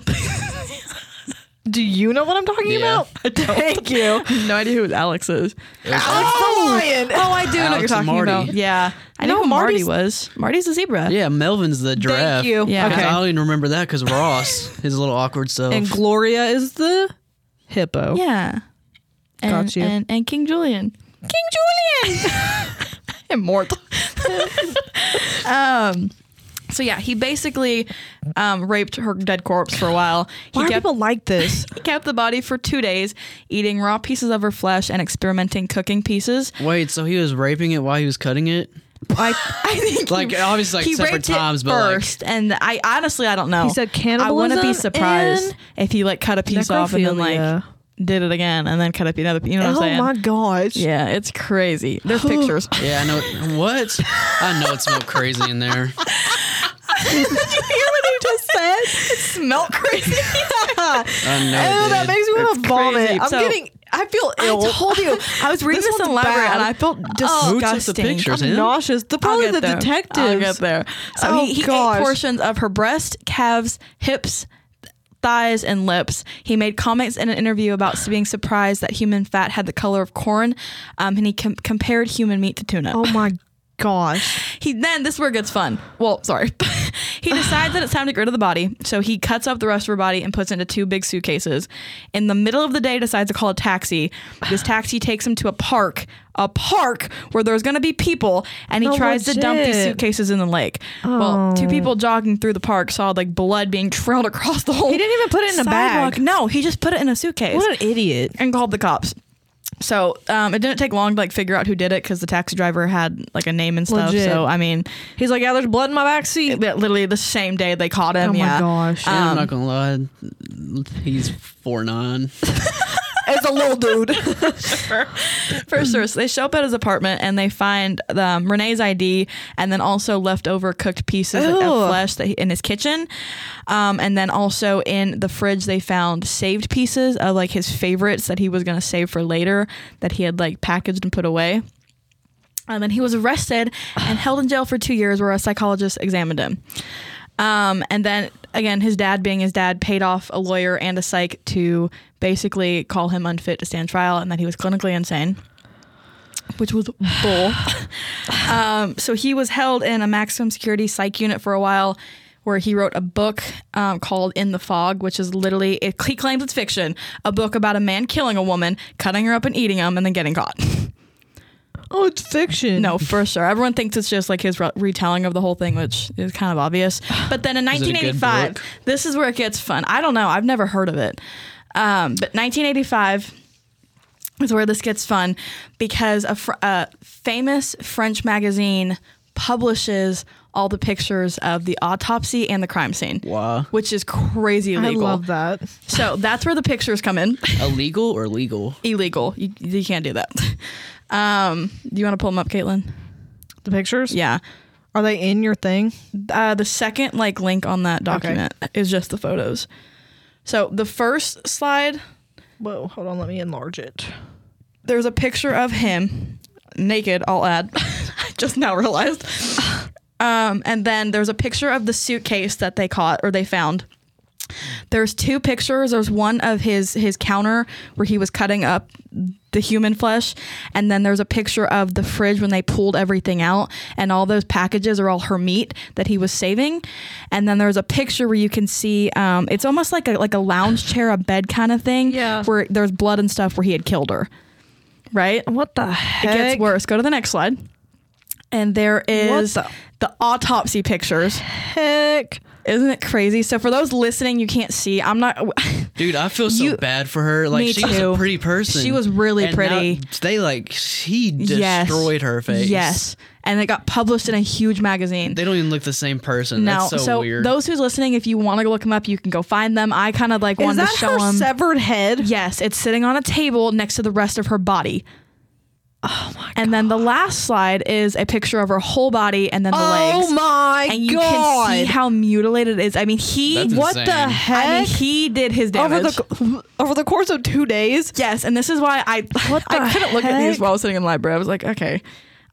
Speaker 2: Do you know what I'm talking
Speaker 3: Yeah.
Speaker 2: about?
Speaker 1: I don't.
Speaker 2: Thank you.
Speaker 1: no idea who Alex is.
Speaker 2: Alex the lion.
Speaker 1: Oh, I do know what you're
Speaker 3: Alex and
Speaker 1: talking
Speaker 3: Marty.
Speaker 1: about. Yeah, I
Speaker 2: No,
Speaker 1: know who Marty
Speaker 2: Marty's-
Speaker 1: was. Marty's a zebra.
Speaker 3: yeah, Melvin's the giraffe.
Speaker 2: you.
Speaker 1: Yeah.
Speaker 3: Okay.
Speaker 1: Okay.
Speaker 3: I don't even remember that because Ross, his little awkward self.
Speaker 2: And Gloria is the hippo.
Speaker 1: yeah. And,
Speaker 2: Got you.
Speaker 1: And, and King Julian. King Julian. Immortal. um. So yeah, he basically um, raped her dead corpse for a while. He
Speaker 2: Why are
Speaker 1: kept
Speaker 2: people like this?
Speaker 1: he kept the body for two days, eating raw pieces of her flesh and experimenting cooking pieces.
Speaker 3: Wait, so he was raping it while he was cutting it?
Speaker 1: I, I think
Speaker 3: Like,
Speaker 1: he-
Speaker 3: obviously, like,
Speaker 1: he
Speaker 3: separate
Speaker 1: raped it
Speaker 3: times, but, like-
Speaker 1: first, and I honestly I don't know.
Speaker 2: He said
Speaker 1: I wouldn't be
Speaker 2: cannibalism
Speaker 1: surprised
Speaker 2: and
Speaker 1: if he like cut a piece off and then like
Speaker 2: Necrophilia.
Speaker 1: did it again and then cut a piece. Another, you know
Speaker 2: oh
Speaker 1: what I'm saying?
Speaker 2: my gosh.
Speaker 1: Yeah, it's crazy. There's pictures.
Speaker 3: Yeah, I know. What? I know it smelled crazy in there.
Speaker 2: You hear what you just said?
Speaker 1: it smelled crazy.
Speaker 3: I know.
Speaker 2: Oh,
Speaker 3: it
Speaker 2: that
Speaker 3: did.
Speaker 2: makes me want to vomit.
Speaker 1: crazy.
Speaker 2: I'm
Speaker 1: So-
Speaker 2: getting. I feel
Speaker 1: I
Speaker 2: ill.
Speaker 1: told you. I was reading
Speaker 2: This
Speaker 1: this, in
Speaker 2: one's
Speaker 1: library
Speaker 2: bad. Oh.
Speaker 1: and I felt
Speaker 3: Who
Speaker 1: disgusting.
Speaker 3: took the pictures?
Speaker 2: I'm
Speaker 3: Him?
Speaker 2: naughties. The
Speaker 1: I'll
Speaker 2: probably
Speaker 1: get
Speaker 2: the
Speaker 1: there.
Speaker 2: detectives.
Speaker 1: I'll get there. So
Speaker 2: Oh,
Speaker 1: he, he ate
Speaker 2: gosh.
Speaker 1: portions of her breast, calves, hips, thighs, and lips. He made comments in an interview about being surprised that human fat had the color of corn, um, and he com- compared human meat to tuna.
Speaker 2: Oh my gosh.
Speaker 1: He then this is where it gets fun. Well, sorry. he decides that it's time to get rid of the body, so he cuts up the rest of her body and puts it into two big suitcases. In the middle of the day, decides to call a taxi. This taxi takes him to a park, a park where there's going to be people, and he
Speaker 2: No,
Speaker 1: tries to dump these
Speaker 2: legit.
Speaker 1: suitcases in the lake. Well, two
Speaker 2: Oh.
Speaker 1: people jogging through the park saw like blood being trailed across the whole.
Speaker 2: He didn't even put it in a bag.
Speaker 1: sidewalk. No, he just put it in a suitcase
Speaker 2: What an idiot.
Speaker 1: and called the cops. So um, it didn't take long to like figure out who did it because the taxi driver had like a name and stuff.
Speaker 2: Legit.
Speaker 1: So I mean,
Speaker 2: He's like, yeah, there's blood in my backseat.
Speaker 1: li- literally the same day they caught him.
Speaker 2: Oh my
Speaker 1: yeah.
Speaker 2: gosh.
Speaker 3: And I'm
Speaker 1: Um,
Speaker 3: not gonna lie, he's four nine.
Speaker 2: It's a little dude.
Speaker 1: for sure. So they show up at his apartment and they find um, Renee's ID and then also leftover cooked pieces of-
Speaker 2: Ew.
Speaker 1: of flesh that he, in his kitchen. Um, and then also in the fridge, they found saved pieces of like his favorites that he was going to save for later that he had like packaged and put away. Um, and he was arrested and held in jail for two years, where a psychologist examined him. Um, and then again, his dad, being his dad, paid off a lawyer and a psych to basically call him unfit to stand trial, and that he was clinically insane. which was bull. um, so he was held in a maximum security psych unit for a while, where he wrote a book um, called In the Fog, which is literally it, he claims it's fiction, a book about a man killing a woman, cutting her up and eating him, and then getting caught.
Speaker 2: Oh, it's fiction.
Speaker 1: No, for sure. Everyone thinks it's just like his re- retelling of the whole thing, which is kind of obvious. But then in
Speaker 3: it a good
Speaker 1: 1985,
Speaker 3: book?
Speaker 1: this is where it gets fun. I don't know. I've never heard of it. Um, but 1985 is where this gets fun because a, fr- a famous French magazine publishes all the pictures of the autopsy and the crime scene.
Speaker 3: Wow.
Speaker 1: Which is crazy
Speaker 2: I
Speaker 1: illegal.
Speaker 2: love that.
Speaker 1: So that's where the pictures come in.
Speaker 3: Illegal or legal?
Speaker 1: illegal. You, you can't do that. Um, do you want to pull them up, Caitlin?
Speaker 2: The pictures?
Speaker 1: Yeah.
Speaker 2: Are they in your thing?
Speaker 1: Uh, the second like link on that document is just the photos. So the first slide,
Speaker 2: Whoa, hold on. Let me enlarge it.
Speaker 1: there's a picture of him naked. I'll add. I just now realized. Um, and then there's a picture of the suitcase that they caught or they found. There's two pictures. There's one of his his counter where he was cutting up the human flesh, and then there's a picture of the fridge when they pulled everything out, and all those packages are all her meat that he was saving. And then there's a picture where you can see um, it's almost like a like a lounge chair, a bed kind of thing.
Speaker 2: Yeah.
Speaker 1: Where there's blood and stuff where he had killed her. Right.
Speaker 2: What the
Speaker 1: It
Speaker 2: heck?
Speaker 1: gets worse. Go to the next slide. And there is
Speaker 2: the-
Speaker 1: the autopsy pictures.
Speaker 2: Heck.
Speaker 1: Isn't it crazy? So for those listening, you can't see. I'm not.
Speaker 3: Dude, I feel so
Speaker 1: You-
Speaker 3: bad for her. Like
Speaker 1: Me
Speaker 3: she was
Speaker 1: too.
Speaker 3: a pretty person.
Speaker 1: She was really
Speaker 3: And now
Speaker 1: pretty.
Speaker 3: they like he
Speaker 1: Yes.
Speaker 3: destroyed her face.
Speaker 1: Yes, and it got published in a huge magazine.
Speaker 3: They don't even look the same person.
Speaker 1: now,
Speaker 3: That's so, weird.
Speaker 1: those who's listening, if you want to look them up, you can go find them. I kind of like
Speaker 2: Is
Speaker 1: wanted to
Speaker 2: that
Speaker 1: show
Speaker 2: her
Speaker 1: them.
Speaker 2: severed head?
Speaker 1: yes, it's sitting on a table next to the rest of her body. Oh my! And then the last slide is a picture of her whole body and then the legs.
Speaker 2: Oh my
Speaker 1: And you
Speaker 2: god!
Speaker 1: can see how mutilated it is. I mean, he.
Speaker 3: That's
Speaker 2: what the
Speaker 3: Insane.
Speaker 2: heck?
Speaker 1: I mean, he did his damage.
Speaker 2: over the over the course of two days.
Speaker 1: Yes, and this is why I I
Speaker 2: the
Speaker 1: couldn't look at these
Speaker 2: heck?
Speaker 1: while I was sitting in the library. I was like, okay,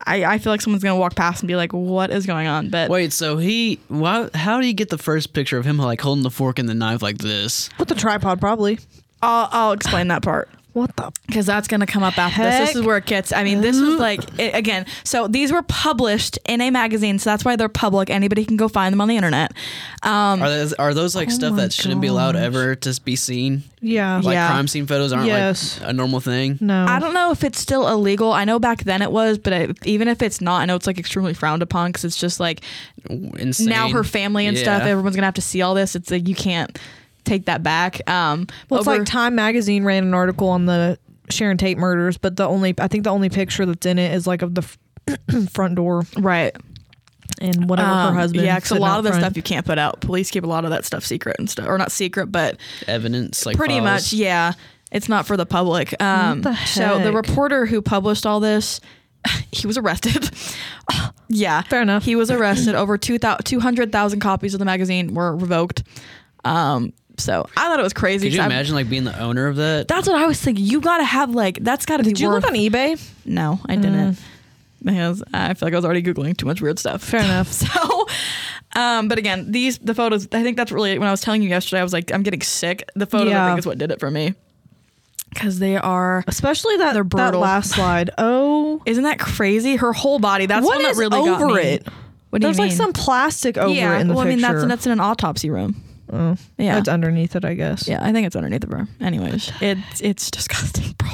Speaker 1: I, I feel like someone's gonna walk past and be like, what is going on? But
Speaker 3: Wait, so he why how do you get the first picture of him like holding the fork and the knife like this?
Speaker 2: With the tripod, probably.
Speaker 1: I'll I'll explain that part.
Speaker 2: What the?
Speaker 1: Because that's going to come up after this.
Speaker 2: Heck.
Speaker 1: This is where it gets. I mean, this is like, it, again, so these were published in a magazine, so that's why they're public. Anybody can go find them on the internet. Um,
Speaker 3: Are those are those
Speaker 1: Oh
Speaker 3: like stuff
Speaker 2: my
Speaker 3: that shouldn't be allowed
Speaker 2: gosh.
Speaker 3: ever to be seen?
Speaker 2: Yeah.
Speaker 3: Like
Speaker 1: Yeah.
Speaker 3: crime scene photos aren't
Speaker 2: Yes.
Speaker 3: like a normal thing.
Speaker 2: no.
Speaker 1: I don't know if it's still illegal. I know back then it was, but I, even if it's not, I know it's like extremely frowned upon because it's just like
Speaker 3: Insane.
Speaker 1: now her family and stuff,
Speaker 3: Yeah.
Speaker 1: everyone's gonna have to see all this. It's like you can't take that back. Um,
Speaker 2: Well, it's
Speaker 1: over-
Speaker 2: like Time Magazine ran an article on the Sharon Tate murders, but the only I think the only picture that's in it is like of the f- front door
Speaker 1: right?
Speaker 2: and whatever
Speaker 1: Um,
Speaker 2: her husband.
Speaker 1: yeah, because a
Speaker 2: sitting
Speaker 1: lot
Speaker 2: out
Speaker 1: of the
Speaker 2: front.
Speaker 1: stuff you can't put out. Police keep a lot of that stuff secret and stuff, or not secret, but
Speaker 3: evidence like
Speaker 1: pretty much,
Speaker 3: files.
Speaker 1: yeah. It's not for the public. Um,
Speaker 2: the
Speaker 1: so the
Speaker 2: heck?
Speaker 1: reporter who published all this, he was arrested. yeah,
Speaker 2: Fair enough.
Speaker 1: He was arrested. Over two thousand two hundred thousand copies of the magazine were revoked. Um, so I thought it was crazy.
Speaker 3: Could you
Speaker 1: 'cause I'm-
Speaker 3: imagine like being the owner of that?
Speaker 1: That's what I was thinking. You gotta have like that's gotta be
Speaker 2: Did you
Speaker 1: worth
Speaker 2: look on eBay?
Speaker 1: No, I didn't. Because I feel like I was already googling too much weird stuff.
Speaker 2: Fair enough.
Speaker 1: So, um, but again, these the photos. I think that's really when I was telling you yesterday. I was like, I'm getting sick. The photos I
Speaker 2: Yeah.
Speaker 1: think is what did it for me because they are.
Speaker 2: Especially that
Speaker 1: They're
Speaker 2: that
Speaker 1: brutal.
Speaker 2: last slide. Oh,
Speaker 1: Isn't that crazy? Her whole body. That's
Speaker 2: What
Speaker 1: one that
Speaker 2: is
Speaker 1: really got
Speaker 2: over
Speaker 1: me.
Speaker 2: it?
Speaker 1: What do
Speaker 2: there's
Speaker 1: you
Speaker 2: like
Speaker 1: mean?
Speaker 2: some plastic over
Speaker 1: yeah.
Speaker 2: it in the
Speaker 1: well, I mean
Speaker 2: picture.
Speaker 1: that's that's in an autopsy room.
Speaker 2: oh,
Speaker 1: Yeah.
Speaker 2: that's underneath it, I guess.
Speaker 1: Yeah, I think it's underneath the room. Anyways, it's it's disgusting, bro.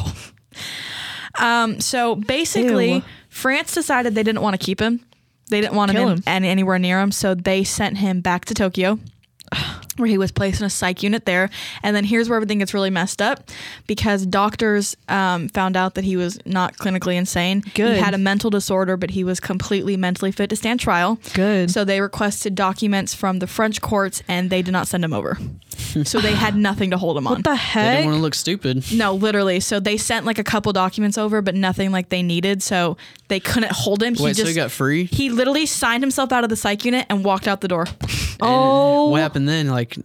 Speaker 1: Um, so basically,
Speaker 2: Ew.
Speaker 1: France decided they didn't want to keep him. They didn't want him,
Speaker 2: Kill
Speaker 1: in-
Speaker 2: him.
Speaker 1: any- anywhere near him, so they sent him back to Tokyo, where he was placed in a psych unit there. And then here's where everything gets really messed up, because doctors um, found out that he was not clinically insane.
Speaker 2: Good.
Speaker 1: He had a mental disorder, but he was completely mentally fit to stand trial.
Speaker 2: Good.
Speaker 1: So they requested documents from the French courts, and they did not send him over. so they had nothing to hold him on.
Speaker 2: What the
Speaker 3: They didn't
Speaker 2: heck?
Speaker 3: want to look stupid.
Speaker 1: No, literally. So they sent like a couple documents over, but nothing like they needed. So they couldn't hold him. he
Speaker 3: Wait, so
Speaker 1: just
Speaker 3: he got free?
Speaker 1: he literally signed himself out of the psych unit and walked out the door.
Speaker 2: Oh.
Speaker 3: what happened then? Like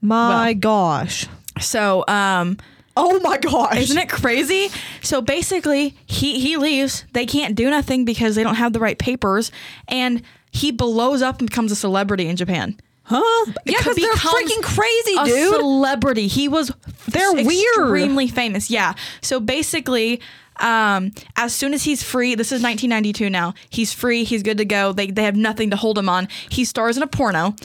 Speaker 2: My
Speaker 1: Well.
Speaker 2: gosh.
Speaker 1: So, um,
Speaker 2: Oh my gosh.
Speaker 1: isn't it crazy? So basically, he he leaves. They can't do nothing because they don't have the right papers, and he blows up and becomes a celebrity in Japan.
Speaker 3: Huh?
Speaker 4: Yeah, because they're
Speaker 1: becomes
Speaker 4: freaking crazy,
Speaker 1: a
Speaker 4: dude.
Speaker 1: celebrity. He was
Speaker 2: They're weird.
Speaker 1: extremely famous. Yeah. So basically, um, as soon as he's free, this is 1992 now. He's free. He's good to go. They they have nothing to hold him on. He stars in a porno,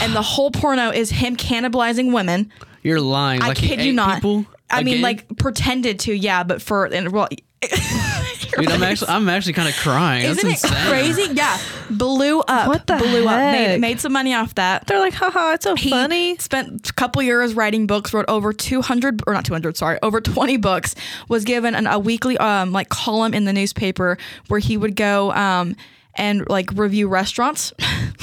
Speaker 1: and the whole porno is him cannibalizing women.
Speaker 3: You're lying. Like
Speaker 1: I
Speaker 3: he
Speaker 1: kid you
Speaker 3: ate
Speaker 1: not.
Speaker 3: people
Speaker 1: I mean,
Speaker 3: again?
Speaker 1: like pretended to, yeah, but for and well.
Speaker 3: Dude, I'm actually, I'm actually kind of crying.
Speaker 1: Isn't
Speaker 3: That's
Speaker 1: it
Speaker 3: insane.
Speaker 1: crazy? Yeah, blew up.
Speaker 2: What the
Speaker 1: blew up?
Speaker 2: heck?
Speaker 1: Made, made some money off that.
Speaker 2: They're like, haha, it's so
Speaker 1: He
Speaker 2: funny.
Speaker 1: spent a couple years writing books, wrote over 200 or not 200, sorry, over 20 books, was given an, a weekly um like column in the newspaper where he would go um and like review restaurants.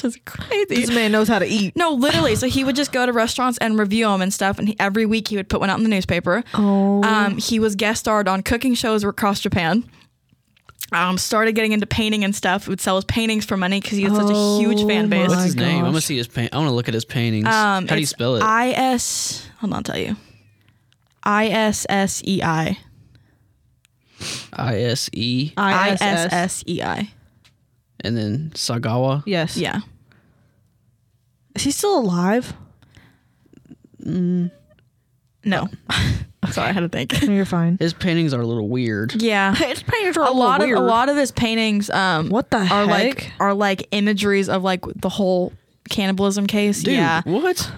Speaker 1: Which is crazy.
Speaker 2: This man knows how to eat.
Speaker 1: No, literally. So he would just go to restaurants and review them and stuff. And he, every week he would put one out in the newspaper.
Speaker 2: Oh.
Speaker 1: Um, he was guest starred on cooking shows across Japan. Um, started getting into painting and stuff. Would sell his paintings for money because he had such a huge
Speaker 2: Oh
Speaker 1: fan base.
Speaker 3: What's
Speaker 2: My
Speaker 3: his name? I'm gonna
Speaker 2: gosh.
Speaker 3: see his paint. I want to look at his paintings. How do you
Speaker 1: Um, it's
Speaker 3: spell it?
Speaker 1: I S. Hold on, I'll tell you. I S S E I.
Speaker 3: I S E
Speaker 1: I S S E I.
Speaker 3: and then Sagawa.
Speaker 2: Yes.
Speaker 1: Yeah.
Speaker 2: Is he still alive?
Speaker 1: No. Sorry, I had to think.
Speaker 2: No, you're fine.
Speaker 3: His paintings are a little weird.
Speaker 1: Yeah.
Speaker 2: His paintings are
Speaker 1: A lot of a lot of his paintings um
Speaker 2: What the
Speaker 1: are like
Speaker 2: heck?
Speaker 1: are like imageries of like the whole cannibalism case.
Speaker 3: Dude,
Speaker 1: yeah.
Speaker 3: what?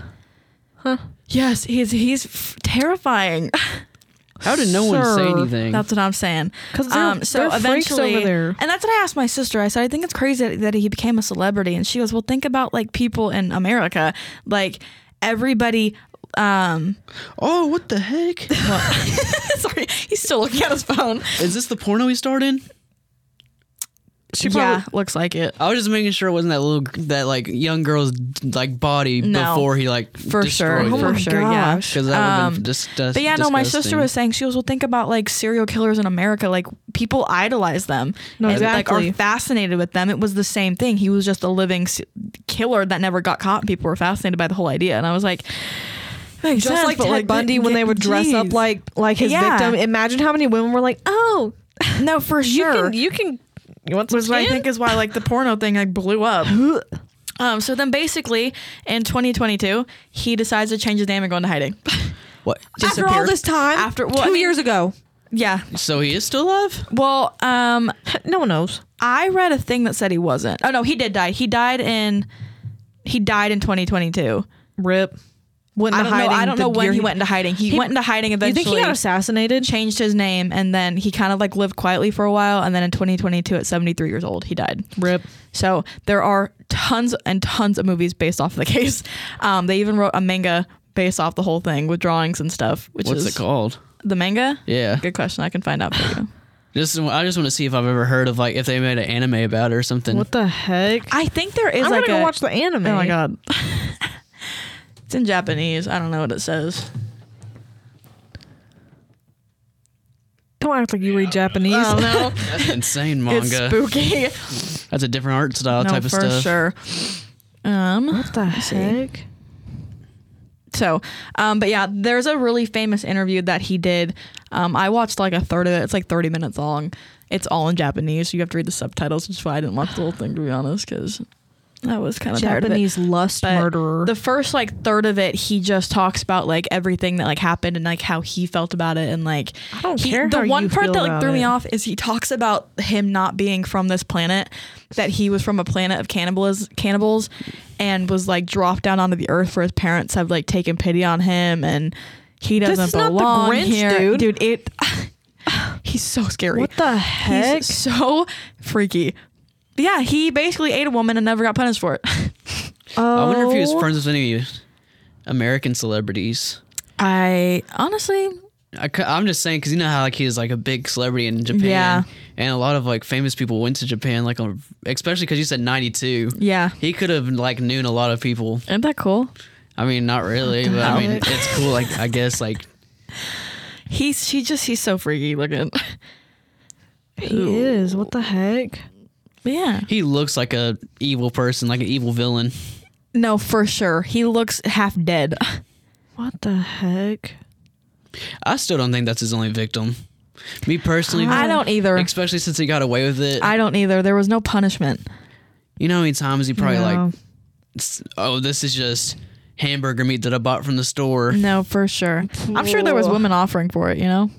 Speaker 1: Yes, he's he's f- terrifying.
Speaker 3: How did no one say
Speaker 2: Sir,
Speaker 3: anything?
Speaker 1: That's what I'm saying. Um,
Speaker 2: 'Cause they're- they're freaks over there.
Speaker 1: and that's what I asked my sister. I said, I think it's crazy that- that he became a celebrity. And she goes, Well, think about like people in America, like everybody. Um,
Speaker 3: oh, what the heck?
Speaker 1: sorry, he's still looking at his phone.
Speaker 3: Is this the porno he starred in?
Speaker 2: She
Speaker 1: yeah,
Speaker 2: probably,
Speaker 1: looks like it.
Speaker 3: I was just making sure it wasn't that little that like young girl's like body
Speaker 1: No.
Speaker 3: before he like
Speaker 1: For sure,
Speaker 3: destroyed
Speaker 1: for
Speaker 2: Oh my
Speaker 1: sure, yeah.
Speaker 2: gosh.
Speaker 3: Because that would have
Speaker 1: Um,
Speaker 3: been disgust-
Speaker 1: But yeah, no, my
Speaker 3: disgusting.
Speaker 1: sister was saying she was. Well, think about like serial killers in America. Like people idolize them
Speaker 2: No,
Speaker 1: and
Speaker 2: exactly.
Speaker 1: like are fascinated with them. It was the same thing. He was just a living s- killer that never got caught, and people were fascinated by the whole idea. And I was like, makes
Speaker 2: just
Speaker 1: sense,
Speaker 2: like
Speaker 1: but,
Speaker 2: Ted Bundy when they would dress up
Speaker 1: geez.
Speaker 2: like like his
Speaker 1: Yeah.
Speaker 2: victim. Imagine how many women were like, "Oh,
Speaker 1: no, for sure.
Speaker 2: you can you can you want some
Speaker 1: was what I
Speaker 2: skin?"
Speaker 1: think is why like the porno thing like blew up. Um, so then basically in 2022 he decides to change his name and go into hiding.
Speaker 3: What?
Speaker 2: after all
Speaker 1: disappeared.
Speaker 2: this time,
Speaker 1: After- well, I
Speaker 2: two
Speaker 1: mean-
Speaker 2: years ago,
Speaker 1: yeah.
Speaker 3: So he is still alive?
Speaker 1: Well, um,
Speaker 2: no one knows.
Speaker 1: I read a thing that said he wasn't. Oh no, he did die. He died in he died in 2022.
Speaker 2: Rip. Went
Speaker 1: I
Speaker 2: into
Speaker 1: don't know. I
Speaker 2: hiding
Speaker 1: don't
Speaker 2: the
Speaker 1: know when
Speaker 2: year
Speaker 1: he went into hiding. He, went into hiding
Speaker 2: You
Speaker 1: eventually.
Speaker 2: think he got assassinated?
Speaker 1: changed his name and then he kind of like lived quietly for a while and then in 2022 at 73 years old he died.
Speaker 2: Rip.
Speaker 1: So there are tons and tons of movies based off of the case. Um, they even wrote a manga based off the whole thing with drawings and stuff. Which
Speaker 3: What's
Speaker 1: is
Speaker 3: it called?
Speaker 1: The manga.
Speaker 3: Yeah.
Speaker 1: Good question. I can find out for you.
Speaker 3: Just I just want to see if I've ever heard of like if they made an anime about it or something.
Speaker 2: What the heck?
Speaker 1: I think there is
Speaker 2: I'm
Speaker 1: like
Speaker 2: gonna
Speaker 1: a
Speaker 2: go watch the anime.
Speaker 1: oh my god. it's in Japanese. I don't know what it says.
Speaker 2: Don't act like you read Japanese.
Speaker 1: no,
Speaker 3: That's insane
Speaker 1: it's
Speaker 3: manga.
Speaker 1: spooky.
Speaker 3: That's a different art style
Speaker 1: no,
Speaker 3: type
Speaker 1: for
Speaker 3: of stuff.
Speaker 1: sure. Um.
Speaker 2: What the heck?
Speaker 1: So, um, but yeah, there's a really famous interview that he did. Um, I watched like a third of it. It's like 30 minutes long. It's all in Japanese. So you have to read the subtitles, which is why I didn't watch the whole thing, to be honest, because I was kind of tired of it.
Speaker 2: Japanese lust
Speaker 1: But
Speaker 2: murderer.
Speaker 1: The first like third of it, he just talks about like everything that like happened and like how he felt about it and like
Speaker 2: I don't
Speaker 1: he-
Speaker 2: care
Speaker 1: The
Speaker 2: how
Speaker 1: one
Speaker 2: you
Speaker 1: part
Speaker 2: feel
Speaker 1: that like
Speaker 2: about
Speaker 1: threw me
Speaker 2: it.
Speaker 1: off is he talks about him not being from this planet, that he was from a planet of cannibals, cannibals, and was like dropped down onto the earth where his parents have like taken pity on him and he doesn't
Speaker 2: is not the
Speaker 1: belong
Speaker 2: Grinch,
Speaker 1: here,
Speaker 2: dude.
Speaker 1: It. he's so scary.
Speaker 2: what the heck?
Speaker 1: He's so freaky. But yeah, he basically ate a woman and never got punished for it.
Speaker 2: oh,
Speaker 3: I wonder if he was friends with any American celebrities.
Speaker 1: I honestly,
Speaker 3: I, am just saying because you know how like he is like a big celebrity in Japan,
Speaker 1: Yeah.
Speaker 3: and a lot of like famous people went to Japan, like on, especially because you said '92.
Speaker 1: yeah.
Speaker 3: He could have like known a lot of people.
Speaker 1: Isn't that cool?
Speaker 3: I mean, not really, but I mean, it's cool. Like I guess like
Speaker 1: He's she just he's so freaky looking.
Speaker 2: He is. What the heck?
Speaker 1: But yeah.
Speaker 3: he looks like a evil person, like an evil villain.
Speaker 1: No, for sure. He looks half dead.
Speaker 2: What the heck?
Speaker 3: I still don't think that's his only victim. Me personally,
Speaker 1: I don't either.
Speaker 3: especially since he got away with it.
Speaker 1: I don't either. There was no punishment.
Speaker 3: you know how many times he probably
Speaker 2: No.
Speaker 3: like s- oh, this is just hamburger meat that I bought from the store.
Speaker 1: No, for sure. I'm sure there was
Speaker 2: Ooh.
Speaker 1: women offering for it, you know?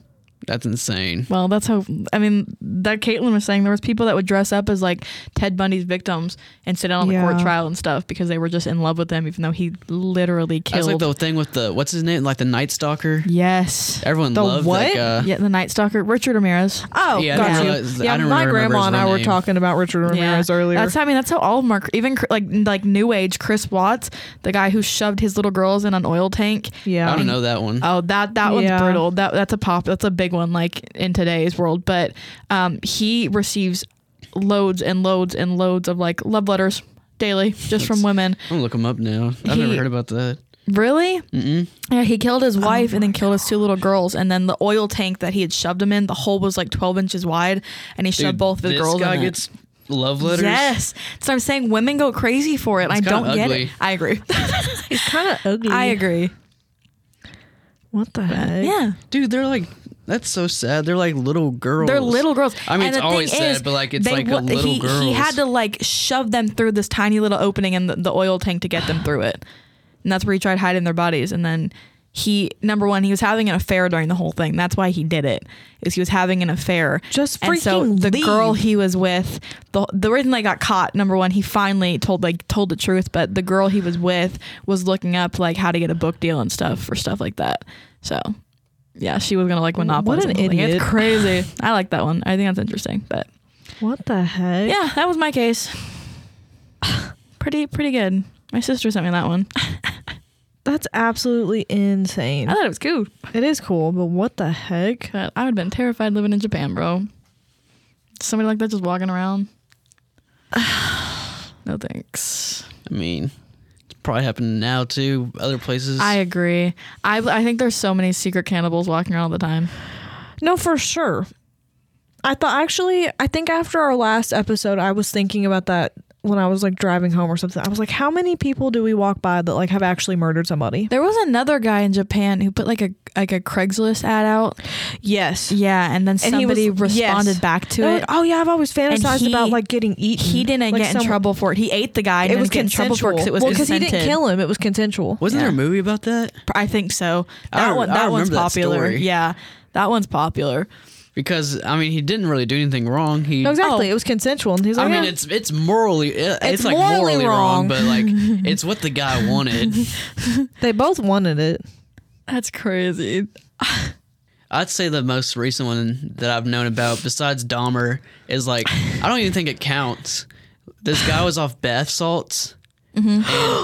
Speaker 3: That's insane.
Speaker 1: Well, that's how I mean that Caitlin was saying there was people that would dress up as like Ted Bundy's victims and sit down on the court
Speaker 2: Yeah.
Speaker 1: trial and stuff because they were just in love with him even though he literally
Speaker 3: That's
Speaker 1: killed
Speaker 3: like the thing with the what's his name, like the Night Stalker.
Speaker 1: Yes.
Speaker 3: Everyone
Speaker 2: The
Speaker 3: loved uh,
Speaker 2: what?
Speaker 3: that guy.
Speaker 1: Yeah, the Night Stalker, Richard Ramirez.
Speaker 2: Oh,
Speaker 3: Yeah, I
Speaker 2: got
Speaker 3: didn't
Speaker 2: you.
Speaker 3: realize- I
Speaker 2: yeah,
Speaker 3: didn't
Speaker 2: my
Speaker 3: remember his
Speaker 2: grandma and
Speaker 3: real
Speaker 2: I were
Speaker 3: name.
Speaker 2: talking about Richard Ramirez earlier.
Speaker 1: That's how, I mean that's how all of them are even cr- like like new age Chris Watts, the guy who shoved his little girls in an oil tank.
Speaker 2: yeah,
Speaker 3: I don't know that one.
Speaker 1: Oh, that that one's
Speaker 2: Yeah.
Speaker 1: brutal. That that's a pop. That's a big one like in today's world, but um he receives loads and loads and loads of like love letters daily just from women.
Speaker 3: I'm gonna look him up now. I've never
Speaker 1: He-
Speaker 3: heard about that.
Speaker 1: Really? Mm-mm. Yeah, he killed
Speaker 3: Oh
Speaker 1: his wife and then killed his two little girls. And then the oil tank that he had shoved them in, the hole was like 12 inches wide, and he shoved
Speaker 3: Dude,
Speaker 1: both of his
Speaker 3: this
Speaker 1: girls
Speaker 3: guy
Speaker 1: in
Speaker 3: gets
Speaker 1: it.
Speaker 3: love letters.
Speaker 1: Yes. So I'm saying women go crazy for it. and I
Speaker 3: It's
Speaker 1: don't
Speaker 3: kinda
Speaker 1: get it.
Speaker 3: ugly.
Speaker 1: I agree.
Speaker 2: It's kind of ugly.
Speaker 1: I agree.
Speaker 2: What the heck?
Speaker 1: Yeah.
Speaker 3: dude, they're like that's so sad. They're like little girls.
Speaker 1: They're little girls.
Speaker 3: I mean,
Speaker 1: And
Speaker 3: it's
Speaker 1: the
Speaker 3: always
Speaker 1: thing
Speaker 3: sad,
Speaker 1: is,
Speaker 3: but, like, it's
Speaker 1: they
Speaker 3: like a
Speaker 1: wa-
Speaker 3: little
Speaker 1: he, He
Speaker 3: girls.
Speaker 1: had to like shove them through this tiny little opening in the, the oil tank to get them through it, and that's where he tried hiding their bodies. And then he, number one, he was having an affair during the whole thing. That's why he did it. Is he was having an affair.
Speaker 2: Just
Speaker 1: and so
Speaker 2: freaking
Speaker 1: the
Speaker 2: leave.
Speaker 1: girl he was with, the the reason they got caught. Number one, he finally told like told the truth, but the girl he was with was looking up like how to get a book deal and stuff for stuff like that. So yeah, she was gonna like monopolize.
Speaker 2: an
Speaker 1: the whole thing.
Speaker 2: idiot.
Speaker 1: It's crazy. I like that one. I think that's interesting. But
Speaker 2: What the heck?
Speaker 1: yeah, that was my case. pretty pretty good. My sister sent me that one.
Speaker 2: That's absolutely insane.
Speaker 1: I thought it was cool,
Speaker 2: It is cool, but what the heck?
Speaker 1: but I would have been terrified living in Japan, bro. Somebody like that just walking around. no thanks.
Speaker 3: I mean, it's probably happening now too. Other places.
Speaker 1: I agree. I I think there's so many secret cannibals walking around all the time.
Speaker 2: No, for sure. I thought actually, I think after our last episode, I was thinking about that when I was like driving home or something. I was like, how many people do we walk by that like have actually murdered somebody?
Speaker 1: There was another guy in Japan who put like a like a Craigslist ad out.
Speaker 2: Yes.
Speaker 1: Yeah, and then
Speaker 2: And he was-
Speaker 1: somebody responded
Speaker 2: yes.
Speaker 1: back to
Speaker 2: They're
Speaker 1: it.
Speaker 2: like, oh yeah, I've always fantasized
Speaker 1: he-
Speaker 2: about like getting eaten.
Speaker 1: he didn't
Speaker 2: Like,
Speaker 1: get in
Speaker 2: some-
Speaker 1: trouble for it. He ate the guy. And
Speaker 2: It was
Speaker 1: didn't get in trouble
Speaker 2: consensual.
Speaker 1: for it because it was
Speaker 2: well,
Speaker 1: because
Speaker 2: he didn't kill him. It was consensual.
Speaker 3: Wasn't there a
Speaker 1: Yeah.
Speaker 3: movie about that?
Speaker 1: I think so.
Speaker 3: I
Speaker 1: That
Speaker 3: re-
Speaker 1: one.
Speaker 3: I
Speaker 1: That one's
Speaker 3: remember that
Speaker 1: popular.
Speaker 3: story.
Speaker 1: yeah, that one's popular.
Speaker 3: Because I mean, he didn't really do anything wrong. He.
Speaker 2: No, exactly.
Speaker 1: Oh.
Speaker 2: It was consensual, and he's
Speaker 3: I
Speaker 2: like,
Speaker 3: mean,
Speaker 2: yeah.
Speaker 3: it's it's morally it, it's, like
Speaker 2: morally
Speaker 3: morally,
Speaker 2: wrong.
Speaker 3: wrong, but like it's what the guy wanted.
Speaker 2: they both wanted it.
Speaker 1: That's crazy.
Speaker 3: I'd say the most recent one that I've known about, besides Dahmer, is like I don't even think it counts. This guy was off bath salts and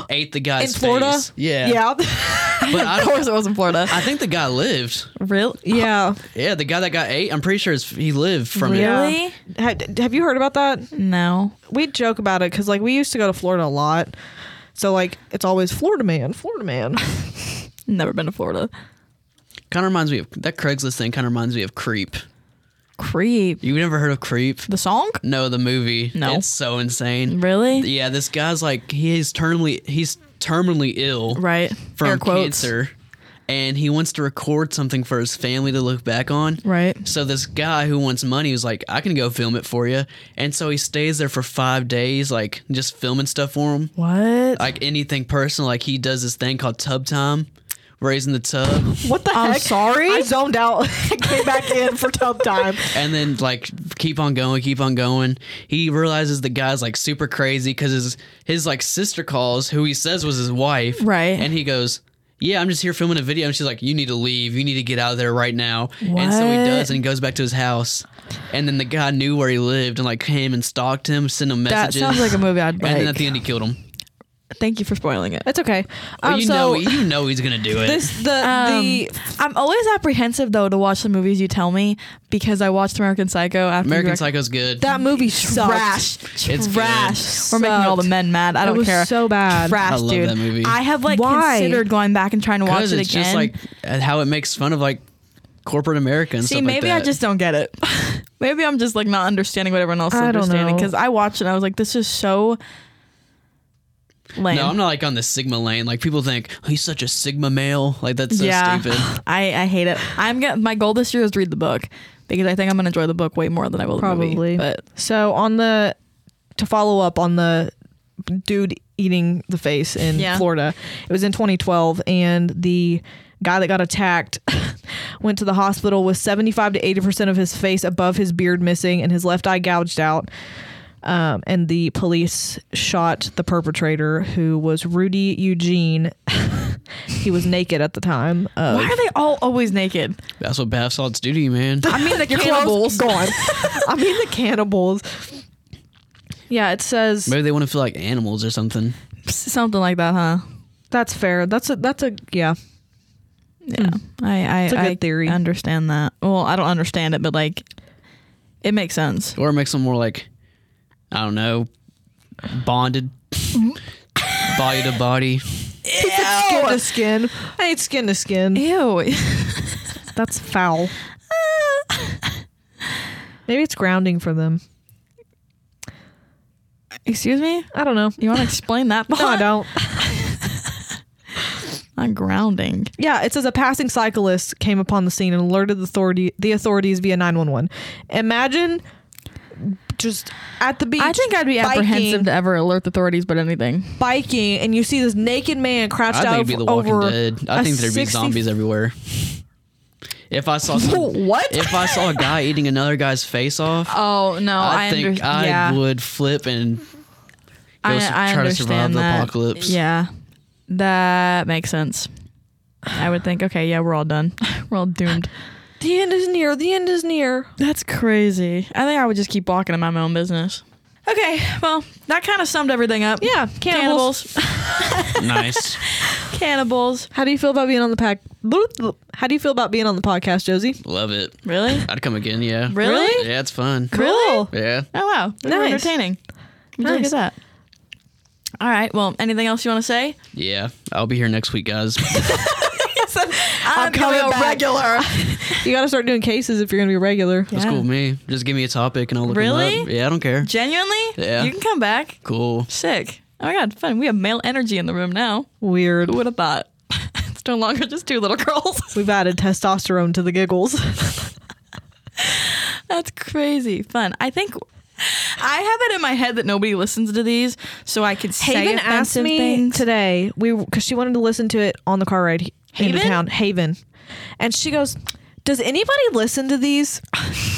Speaker 3: ate the guy's
Speaker 2: In Florida?
Speaker 3: face. Yeah,
Speaker 2: Yeah.
Speaker 3: But I,
Speaker 1: Of course,
Speaker 3: don't,
Speaker 1: it was in Florida.
Speaker 3: I think the guy lived.
Speaker 1: Really?
Speaker 2: yeah.
Speaker 3: Yeah, the guy that got ate, I'm pretty sure it's, he lived from it.
Speaker 1: Really?
Speaker 2: Yeah. Ha- Have you heard about that?
Speaker 1: No.
Speaker 2: we joke about it because like we used to go to Florida a lot, so like it's always Florida man, Florida man.
Speaker 1: Never been to Florida.
Speaker 3: Kind of reminds me of that Craigslist thing. Kind of reminds me of Creep.
Speaker 1: Creep.
Speaker 3: You never heard of Creep?
Speaker 1: The song?
Speaker 3: No, the movie.
Speaker 1: No.
Speaker 3: it's so insane.
Speaker 1: Really?
Speaker 3: Yeah, this guy's like he's terminally he's terminally ill.
Speaker 1: right.
Speaker 3: from
Speaker 1: Air quotes.
Speaker 3: cancer, and he wants to record something for his family to look back on.
Speaker 1: Right.
Speaker 3: So this guy who wants money was like, "I can go film it for you," and so he stays there for five days, like just filming stuff for him,
Speaker 1: What?
Speaker 3: like anything personal. Like he does this thing called tub time, raising the tub,
Speaker 2: What the
Speaker 1: I'm
Speaker 2: heck?
Speaker 1: sorry?
Speaker 2: I zoned out. Came back in for tub time.
Speaker 3: and then like keep on going, keep on going. He realizes the guy's like super crazy because his his like sister calls, who he says was his wife,
Speaker 1: Right.
Speaker 3: And he goes, "Yeah, I'm just here filming a video." And she's like, "You need to leave. You need to get out of there right now." And so he
Speaker 1: What?
Speaker 3: does, and he goes back to his house. And then the guy knew where he lived and like came and stalked him, sent him
Speaker 1: that
Speaker 3: messages.
Speaker 1: sounds like a movie I'd
Speaker 3: and then
Speaker 1: like.
Speaker 3: at the end, he killed him.
Speaker 1: Thank you for spoiling it.
Speaker 2: That's okay.
Speaker 3: But
Speaker 1: Oh,
Speaker 2: Um,
Speaker 3: you
Speaker 2: so
Speaker 3: know, you know, he's gonna do it.
Speaker 2: this the the
Speaker 1: I'm always apprehensive though to watch the movies you tell me because I watched American Psycho after you
Speaker 3: American
Speaker 1: rec-
Speaker 3: Psycho's good.
Speaker 2: that movie
Speaker 1: trash,
Speaker 2: sucked.
Speaker 3: It's good.
Speaker 1: trash. We're making all the
Speaker 2: Sucked.
Speaker 1: men mad. I don't
Speaker 2: it was
Speaker 1: care.
Speaker 2: so bad.
Speaker 1: Trash,
Speaker 3: I love
Speaker 1: dude.
Speaker 3: that movie.
Speaker 1: I have like
Speaker 2: Why?
Speaker 1: considered going back and trying to watch
Speaker 3: Because
Speaker 1: it
Speaker 3: it's
Speaker 1: again.
Speaker 3: just like how it makes fun of like corporate America and
Speaker 1: See,
Speaker 3: stuff like
Speaker 1: maybe I
Speaker 3: that.
Speaker 1: just don't get it. maybe I'm just like not understanding what everyone else is
Speaker 2: I don't
Speaker 1: understanding
Speaker 2: know.
Speaker 1: because I watched it and I was like, this is so lame.
Speaker 3: No, I'm not like on the Sigma lane. Like people think "Oh, he's such a Sigma male. Like that's so
Speaker 1: yeah,
Speaker 3: stupid.
Speaker 1: I, I hate it. I'm gonna, my goal this year is to read the book because I think I'm gonna enjoy the book way more than I will the movie.
Speaker 2: Probably.
Speaker 1: But
Speaker 2: So on the to follow up on the dude eating the face in
Speaker 1: Yeah.
Speaker 2: Florida. It was in 2012, and the guy that got attacked went to the hospital with 75 to 80 percent of his face above his beard missing and his left eye gouged out. Um, and the police shot the perpetrator, who was Rudy Eugene. he was naked at the time. Of,
Speaker 1: Why are they all always naked?
Speaker 3: That's what bath salts do to you, man.
Speaker 2: I mean the cannibals gone. I mean the cannibals. Yeah, it says
Speaker 3: Maybe they want to feel like animals or something.
Speaker 1: Something like that, huh?
Speaker 2: that's fair. That's a that's a yeah.
Speaker 1: Yeah, I I,
Speaker 2: It's a good
Speaker 1: I
Speaker 2: theory.
Speaker 1: understand that. Well, I don't understand it, but like, it makes sense.
Speaker 3: Or it makes them more like, I don't know, bonded, body to body.
Speaker 2: Skin to skin. I ain't skin to skin.
Speaker 1: Ew.
Speaker 2: That's foul. Maybe it's grounding for them.
Speaker 1: Excuse me.
Speaker 2: I don't know.
Speaker 1: You want to explain that?
Speaker 2: No, I
Speaker 1: part?
Speaker 2: don't.
Speaker 1: Not grounding.
Speaker 2: Yeah, it says a passing cyclist came upon the scene and alerted the authority the authorities via nine one one. Imagine just at the beach.
Speaker 1: I think I'd be
Speaker 2: biking-
Speaker 1: apprehensive to ever alert the authorities about anything.
Speaker 2: biking and you see this naked man crouched
Speaker 3: I think
Speaker 2: out
Speaker 3: it'd be The Walking
Speaker 2: over
Speaker 3: Dead. I
Speaker 2: a
Speaker 3: think there'd
Speaker 2: 60
Speaker 3: be zombies everywhere. If I saw some,
Speaker 2: What?
Speaker 3: if I saw a guy eating another guy's face off,
Speaker 1: Oh no,
Speaker 3: I,
Speaker 1: I,
Speaker 3: think
Speaker 1: understand.
Speaker 3: I
Speaker 1: yeah.
Speaker 3: would flip and go
Speaker 1: I,
Speaker 3: s-
Speaker 1: I
Speaker 3: try to survive
Speaker 1: understand
Speaker 3: the
Speaker 1: that.
Speaker 3: apocalypse.
Speaker 1: Yeah, that makes sense. I would think, okay, yeah, we're all done. We're all doomed.
Speaker 2: The end is near. The end is near.
Speaker 1: That's crazy. I think I would just keep walking in my own business. Okay, well, that kind of summed everything up.
Speaker 2: Yeah, cannibals.
Speaker 1: Cannibals.
Speaker 3: nice.
Speaker 1: Cannibals.
Speaker 2: How do you feel about being on the pack? How do you feel about being on the podcast, Josie?
Speaker 3: Love it.
Speaker 1: Really?
Speaker 3: I'd come again. Yeah.
Speaker 1: Really?
Speaker 3: Yeah, it's fun.
Speaker 1: Really?
Speaker 3: Yeah.
Speaker 1: Oh wow. They were
Speaker 2: Nice.
Speaker 1: Entertaining. Look
Speaker 2: Nice.
Speaker 1: at that. All right. Well, anything else you want to say?
Speaker 3: Yeah. I'll be here next week, guys.
Speaker 1: I'm,
Speaker 2: coming back.
Speaker 1: regular.
Speaker 2: You got to start doing cases if you're going to be regular.
Speaker 3: That's cool with me. Just give me a topic and I'll look 'em
Speaker 1: Really?
Speaker 3: up. Yeah, I don't care.
Speaker 1: Genuinely?
Speaker 3: Yeah.
Speaker 1: You can come back.
Speaker 3: Cool.
Speaker 1: Sick. Oh my god, fun. We have male energy in the room now.
Speaker 2: Weird.
Speaker 1: Who would have thought? it's no longer just two little girls.
Speaker 2: We've added testosterone to the giggles.
Speaker 1: That's crazy fun. I think I have it in my head that nobody listens to these, so I could say
Speaker 2: Haven
Speaker 1: offensive
Speaker 2: asked me
Speaker 1: things.
Speaker 2: today we because she wanted to listen to it on the car ride he- into
Speaker 1: Haven?
Speaker 2: town. Haven, and she goes, "Does anybody listen to these?"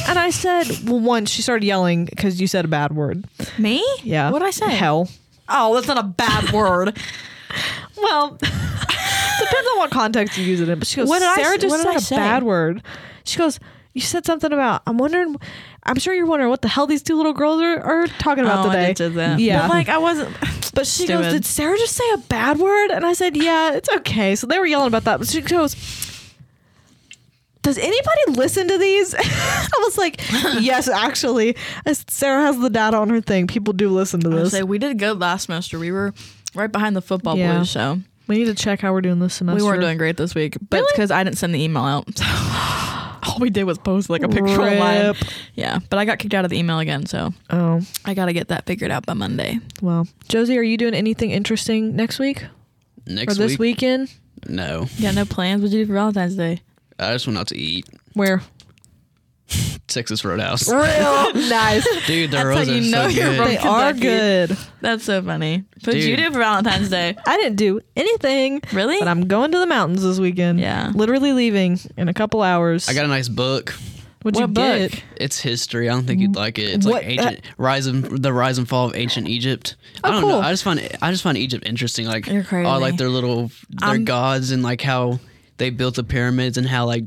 Speaker 2: and I said, "Well, once she started yelling because you said a bad word."
Speaker 1: me?
Speaker 2: Yeah,
Speaker 1: What would I say?
Speaker 2: Hell.
Speaker 1: Oh, that's not a bad word. Oh,
Speaker 2: Well, depends on what context you use it in. But she goes,
Speaker 1: What did I
Speaker 2: Sarah
Speaker 1: s-
Speaker 2: just
Speaker 1: what did
Speaker 2: said
Speaker 1: I
Speaker 2: a
Speaker 1: say?"
Speaker 2: bad word. She goes, you said something about. I'm wondering. I'm sure you're wondering what the hell these two little girls are, are talking about
Speaker 1: Oh, I
Speaker 2: today.
Speaker 1: did do that.
Speaker 2: Yeah,
Speaker 1: But like I wasn't
Speaker 2: But she goes,
Speaker 1: Stupid.
Speaker 2: Did Sarah just say a bad word? And I said, Yeah, it's okay. So they were yelling about that. But she goes, Does anybody listen to these? I was like, Yes, actually. I s- Sarah has the data on her thing. People do listen to
Speaker 1: I
Speaker 2: this.
Speaker 1: say we did good last semester. We were right behind the football
Speaker 2: Yeah.
Speaker 1: blues, so
Speaker 2: We need to check how we're doing this semester.
Speaker 1: we weren't doing great this week. But
Speaker 2: Really?
Speaker 1: because I didn't send the email out, so all we did was post like a picture online.
Speaker 2: Rip.
Speaker 1: Yeah, but I got kicked out of the email again, so
Speaker 2: Oh,
Speaker 1: I gotta get that figured out by Monday.
Speaker 2: well. Josie, are you doing anything interesting next week
Speaker 3: Next
Speaker 2: or this
Speaker 3: week?
Speaker 2: weekend?
Speaker 3: No.
Speaker 1: You got no plans? What'd you do for Valentine's Day?
Speaker 3: I just went out to eat.
Speaker 2: Where?
Speaker 3: Texas Roadhouse.
Speaker 2: Real nice.
Speaker 3: Dude, their
Speaker 1: That's how
Speaker 3: rolls are
Speaker 1: you
Speaker 3: so
Speaker 1: know you're
Speaker 3: good.
Speaker 1: right.
Speaker 2: They are
Speaker 1: Kentucky.
Speaker 2: good.
Speaker 1: That's so funny. What'd you
Speaker 3: Dude.
Speaker 1: do for Valentine's Day?
Speaker 2: I didn't do anything.
Speaker 1: Really?
Speaker 2: But I'm going to the mountains this weekend.
Speaker 1: Yeah.
Speaker 2: Literally leaving in a couple hours.
Speaker 3: I got a nice book.
Speaker 1: what
Speaker 2: What'd you
Speaker 1: book?
Speaker 2: get?
Speaker 3: It's history. I don't think you'd like it. It's
Speaker 2: What-
Speaker 1: uh,
Speaker 3: like ancient rise and the rise and fall of ancient Egypt. I don't
Speaker 2: cool.
Speaker 3: know. I just find I just find Egypt interesting. Like
Speaker 1: Oh, You're
Speaker 3: all
Speaker 1: crazy.
Speaker 3: like their little their
Speaker 1: I'm-
Speaker 3: gods and like how they built the pyramids and how like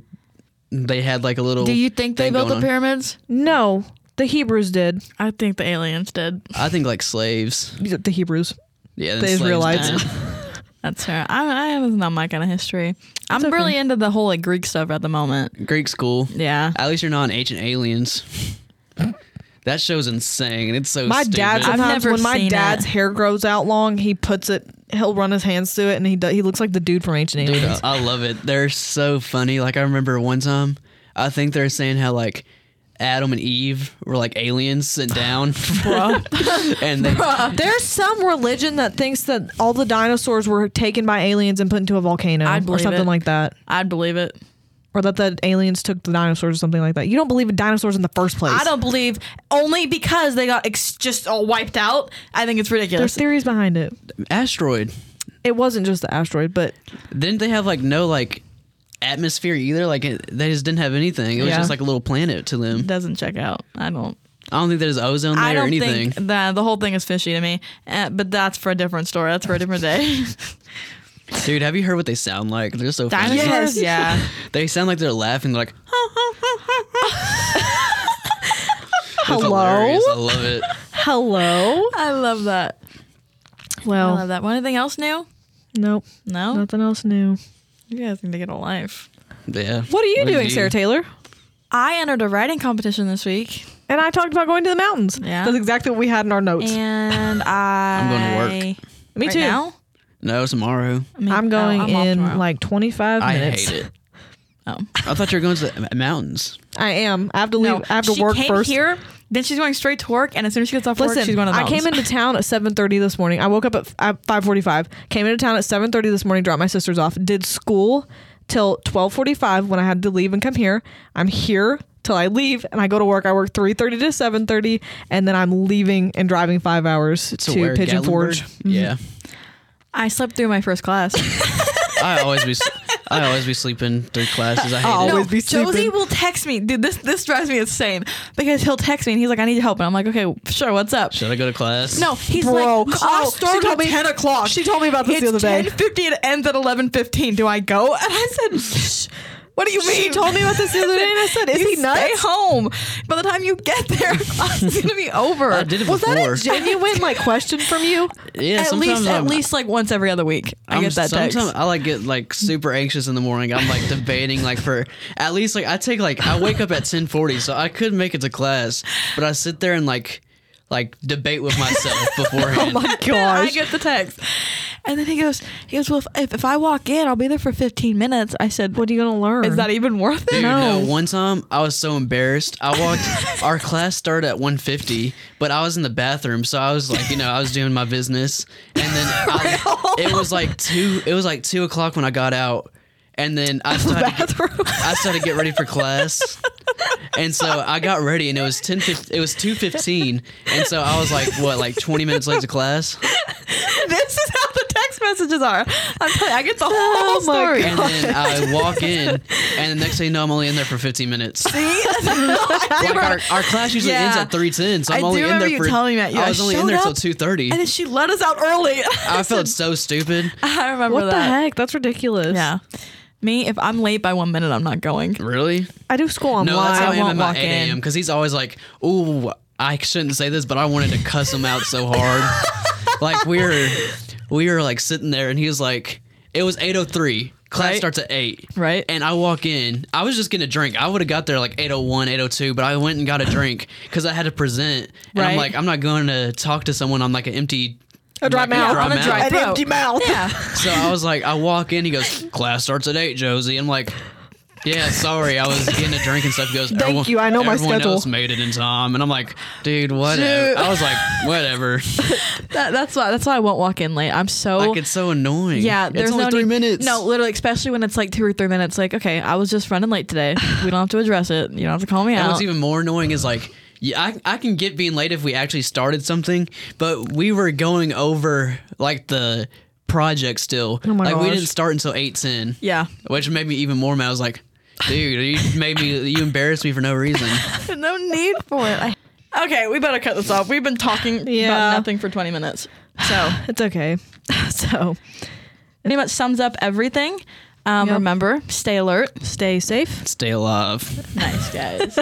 Speaker 3: they had like a little.
Speaker 1: Do you think they
Speaker 3: thing
Speaker 1: built the
Speaker 3: going on.
Speaker 1: pyramids?
Speaker 2: No, the Hebrews did.
Speaker 1: I think the aliens did.
Speaker 3: I think like slaves.
Speaker 2: The Hebrews.
Speaker 3: Yeah,
Speaker 2: The
Speaker 3: the
Speaker 2: Israelites.
Speaker 1: That's her. I, I was not my kind of history. I'm
Speaker 2: okay.
Speaker 1: really into the whole like Greek stuff at the moment.
Speaker 3: Greek school.
Speaker 1: Yeah.
Speaker 3: At least you're not an ancient aliens. that show's insane. It's so
Speaker 2: My
Speaker 3: stupid.
Speaker 2: dad sometimes
Speaker 1: never
Speaker 2: when my
Speaker 1: seen
Speaker 2: dad's
Speaker 1: it.
Speaker 2: hair grows out long, he puts it. He'll run his hands through it, and he do, he looks like the dude from E. Ancient
Speaker 3: Dude, uh,
Speaker 2: Aliens.
Speaker 3: I- I love it. They're so funny. Like I remember one time, I think they're saying how like Adam and Eve were like aliens sent down, and they
Speaker 2: There's some religion that thinks that all the dinosaurs were taken by aliens and put into a volcano
Speaker 1: I'd
Speaker 2: or
Speaker 1: believe
Speaker 2: something
Speaker 1: it.
Speaker 2: like that.
Speaker 1: I'd believe it.
Speaker 2: or that the aliens took the dinosaurs or something like that. You don't believe in dinosaurs in the first place.
Speaker 1: I don't believe only because they got ex- just all wiped out. I think it's
Speaker 2: There's
Speaker 1: ridiculous.
Speaker 2: theories behind it.
Speaker 3: Asteroid.
Speaker 2: It wasn't just the asteroid, but
Speaker 3: Didn't they have like no like atmosphere either? Like it, they just didn't have anything. It was
Speaker 2: Yeah.
Speaker 3: just like a little planet to them.
Speaker 1: Doesn't check out. I don't.
Speaker 3: I don't think there's ozone
Speaker 1: I
Speaker 3: there or
Speaker 1: don't
Speaker 3: anything.
Speaker 1: think that the whole thing is fishy to me. Uh, but that's for a different story. That's for a different day.
Speaker 3: Dude, have you heard what they sound like? They're so funny.
Speaker 1: Dinosaurs.
Speaker 2: Yes.
Speaker 1: Yeah.
Speaker 3: They sound like they're laughing. They're like, it's
Speaker 2: hello,
Speaker 3: hilarious. I love it.
Speaker 2: hello.
Speaker 1: I love that. I love
Speaker 2: Well,
Speaker 1: that. Want anything else new?
Speaker 2: nope,
Speaker 1: Oh. No.
Speaker 2: nothing else new.
Speaker 1: You guys need to get a life.
Speaker 3: Yeah.
Speaker 2: What are you
Speaker 3: Would
Speaker 2: doing, Sarah Taylor?
Speaker 1: I entered a writing competition this week,
Speaker 2: And I talked about going to the mountains.
Speaker 1: Yeah.
Speaker 2: that's exactly what we had in our notes.
Speaker 1: and I.
Speaker 3: going to work.
Speaker 2: Me
Speaker 1: right
Speaker 2: too.
Speaker 1: now?
Speaker 3: No, tomorrow.
Speaker 1: I mean,
Speaker 2: I'm
Speaker 1: no,
Speaker 2: going
Speaker 1: Oh, I'm off tomorrow.
Speaker 2: in like 25
Speaker 3: I
Speaker 2: minutes.
Speaker 3: hate it.
Speaker 1: Oh.
Speaker 3: I thought you were going to the m- mountains.
Speaker 2: I am. I have to leave.
Speaker 1: No,
Speaker 2: I have to
Speaker 1: she
Speaker 2: work
Speaker 1: came
Speaker 2: first.
Speaker 1: here, then she's going straight to work, and as soon as she gets off work, she's
Speaker 2: Listen,
Speaker 1: going to the
Speaker 2: I came
Speaker 1: mountains.
Speaker 2: into town at 7:30 this morning. I woke up at, f- at 5:45. Came into town at 7:30 this morning. Dropped my sisters off. Did school till 12:45 when I had to leave and come here. I'm here till I leave and I go to work. I work 3:30 to 7:30, and then I'm leaving and driving five hours
Speaker 3: To
Speaker 2: to
Speaker 3: where?
Speaker 2: Pigeon
Speaker 3: Gatlinburg?
Speaker 2: Forge. Mm-hmm.
Speaker 3: Yeah.
Speaker 1: I slept through my first class.
Speaker 3: I always be I always be sleeping through classes. I hate
Speaker 2: Oh.
Speaker 3: it.
Speaker 2: Always be
Speaker 1: Josie
Speaker 2: sleeping.
Speaker 1: will text me, dude. This this drives me insane because he'll text me and he's like, "I need your help," and I'm like, "Okay, sure, what's up?"
Speaker 3: Should I go to class?
Speaker 1: No, he's
Speaker 2: Bro,
Speaker 1: like,
Speaker 2: oh,
Speaker 1: "Class
Speaker 2: she
Speaker 1: started
Speaker 2: told
Speaker 1: at
Speaker 2: me-
Speaker 1: ten o'clock."
Speaker 2: she told me about this
Speaker 1: it's
Speaker 2: the other day.
Speaker 1: Ten fifty and it ends at eleven fifteen. Do I go? And I said, Shh, "What do you mean?"
Speaker 2: She told me about this the other day, and I said, "Is
Speaker 1: You
Speaker 2: he nuts?"
Speaker 1: Stay home. By the time you get there, class is gonna be over.
Speaker 3: I did it
Speaker 2: Was
Speaker 3: before.
Speaker 2: that a genuine like question from you?
Speaker 3: yeah,
Speaker 1: at
Speaker 3: sometimes
Speaker 1: least
Speaker 3: I'm,
Speaker 1: at least like once every other week. I
Speaker 3: I'm-
Speaker 1: get that text.
Speaker 3: Sometimes I like get like super anxious in the morning. I'm like debating like for at least like I take like I wake up at 10:40, so I could make it to class, but I sit there and like like debate with myself
Speaker 1: Oh
Speaker 3: beforehand.
Speaker 2: My
Speaker 1: I
Speaker 2: gosh.
Speaker 1: get the text. And then he goes, he goes, well, if, if, if I walk in, I'll be there for 15 minutes. I said,
Speaker 2: What are you gonna learn?
Speaker 1: is that even worth it?
Speaker 3: Dude,
Speaker 2: No.
Speaker 3: no. One time, I was so embarrassed. I walked. our class started at 1.50, but I was in the bathroom, so I was like, you know, I was doing my business, and then I, it was like two. It was like two o'clock when I got out, and then I started. To get,
Speaker 2: bathroom?
Speaker 3: I started to get ready for class, and so I got ready, and it was ten. fif- It was two fifteen, and so I was like, what, like twenty minutes late to class,
Speaker 1: This is how the text messages are. I'm telling you, I get the whole
Speaker 2: my
Speaker 1: story.
Speaker 3: and then I walk in, and the next thing you know, I'm only in there for fifteen minutes. uh, like our, our class usually ends
Speaker 1: Yeah.
Speaker 3: at three ten, so I'm
Speaker 1: I do
Speaker 3: only in
Speaker 1: remember
Speaker 3: there
Speaker 1: you
Speaker 3: for.
Speaker 1: telling me that. Yeah,
Speaker 3: I was
Speaker 1: I
Speaker 3: only in
Speaker 1: showed
Speaker 3: there till
Speaker 1: up
Speaker 3: two thirty.
Speaker 1: and then she let us out early.
Speaker 3: I felt so stupid.
Speaker 1: I remember
Speaker 2: what the
Speaker 1: that.
Speaker 2: heck? That's ridiculous.
Speaker 1: Yeah. Me, if I'm late by one minute, I'm not going.
Speaker 3: Really?
Speaker 2: I do school online.
Speaker 3: No, that's how
Speaker 1: I
Speaker 3: I am
Speaker 1: won't
Speaker 3: at my
Speaker 1: walk
Speaker 3: eight a.m.
Speaker 1: in.
Speaker 3: because he's always like, "Ooh, I shouldn't say this, but I wanted to cuss him out so hard." like we were, we were like sitting there, and he was like, "It was eight o three. Class
Speaker 1: Right.
Speaker 3: starts at eight.
Speaker 1: Right.
Speaker 3: And I walk in. I was just getting a drink. I would have got there like 801, 802, but I went and got a drink because I had to present. And
Speaker 1: Right.
Speaker 3: I'm like, I'm not going to talk to someone on like an empty.
Speaker 2: A dry
Speaker 3: like,
Speaker 2: mouth.
Speaker 3: dry
Speaker 2: On a
Speaker 3: mouth.
Speaker 2: dry
Speaker 1: An
Speaker 2: throat.
Speaker 1: empty mouth. Yeah.
Speaker 3: So I was like, I walk in, he goes, class starts at eight, Josie. I'm like, yeah, sorry, I was getting a drink and stuff. He goes,
Speaker 2: Thank you, I know my
Speaker 3: everyone
Speaker 2: schedule."
Speaker 3: Else made it in time, and I'm like, dude, whatever.
Speaker 1: Dude.
Speaker 3: I was like, whatever.
Speaker 1: That, that's why. That's why I won't walk in late. I'm so
Speaker 3: like it's so annoying.
Speaker 1: Yeah,
Speaker 3: it's only
Speaker 1: no
Speaker 3: three
Speaker 1: need-
Speaker 3: minutes.
Speaker 1: No, literally, especially when it's like two or three minutes. Like, okay, I was just running late today. We don't have to address it. You don't have to call me
Speaker 3: And
Speaker 1: out.
Speaker 3: what's even more annoying is like, yeah, I, I can get being late if we actually started something, but we were going over like the project still. Oh
Speaker 2: my
Speaker 3: like we
Speaker 2: gosh.
Speaker 3: didn't start until eight ten.
Speaker 1: yeah,
Speaker 3: Which made me even more mad. I was like, dude, you made me you embarrassed me for no reason.
Speaker 1: no need for it. okay, we better cut this off. We've been talking
Speaker 2: Yeah.
Speaker 1: about nothing for twenty minutes, so
Speaker 2: It's okay. So
Speaker 1: pretty much sums up everything. Um,
Speaker 2: Yep.
Speaker 1: Remember, stay alert.
Speaker 2: stay safe.
Speaker 3: Stay alive.
Speaker 1: Nice guys.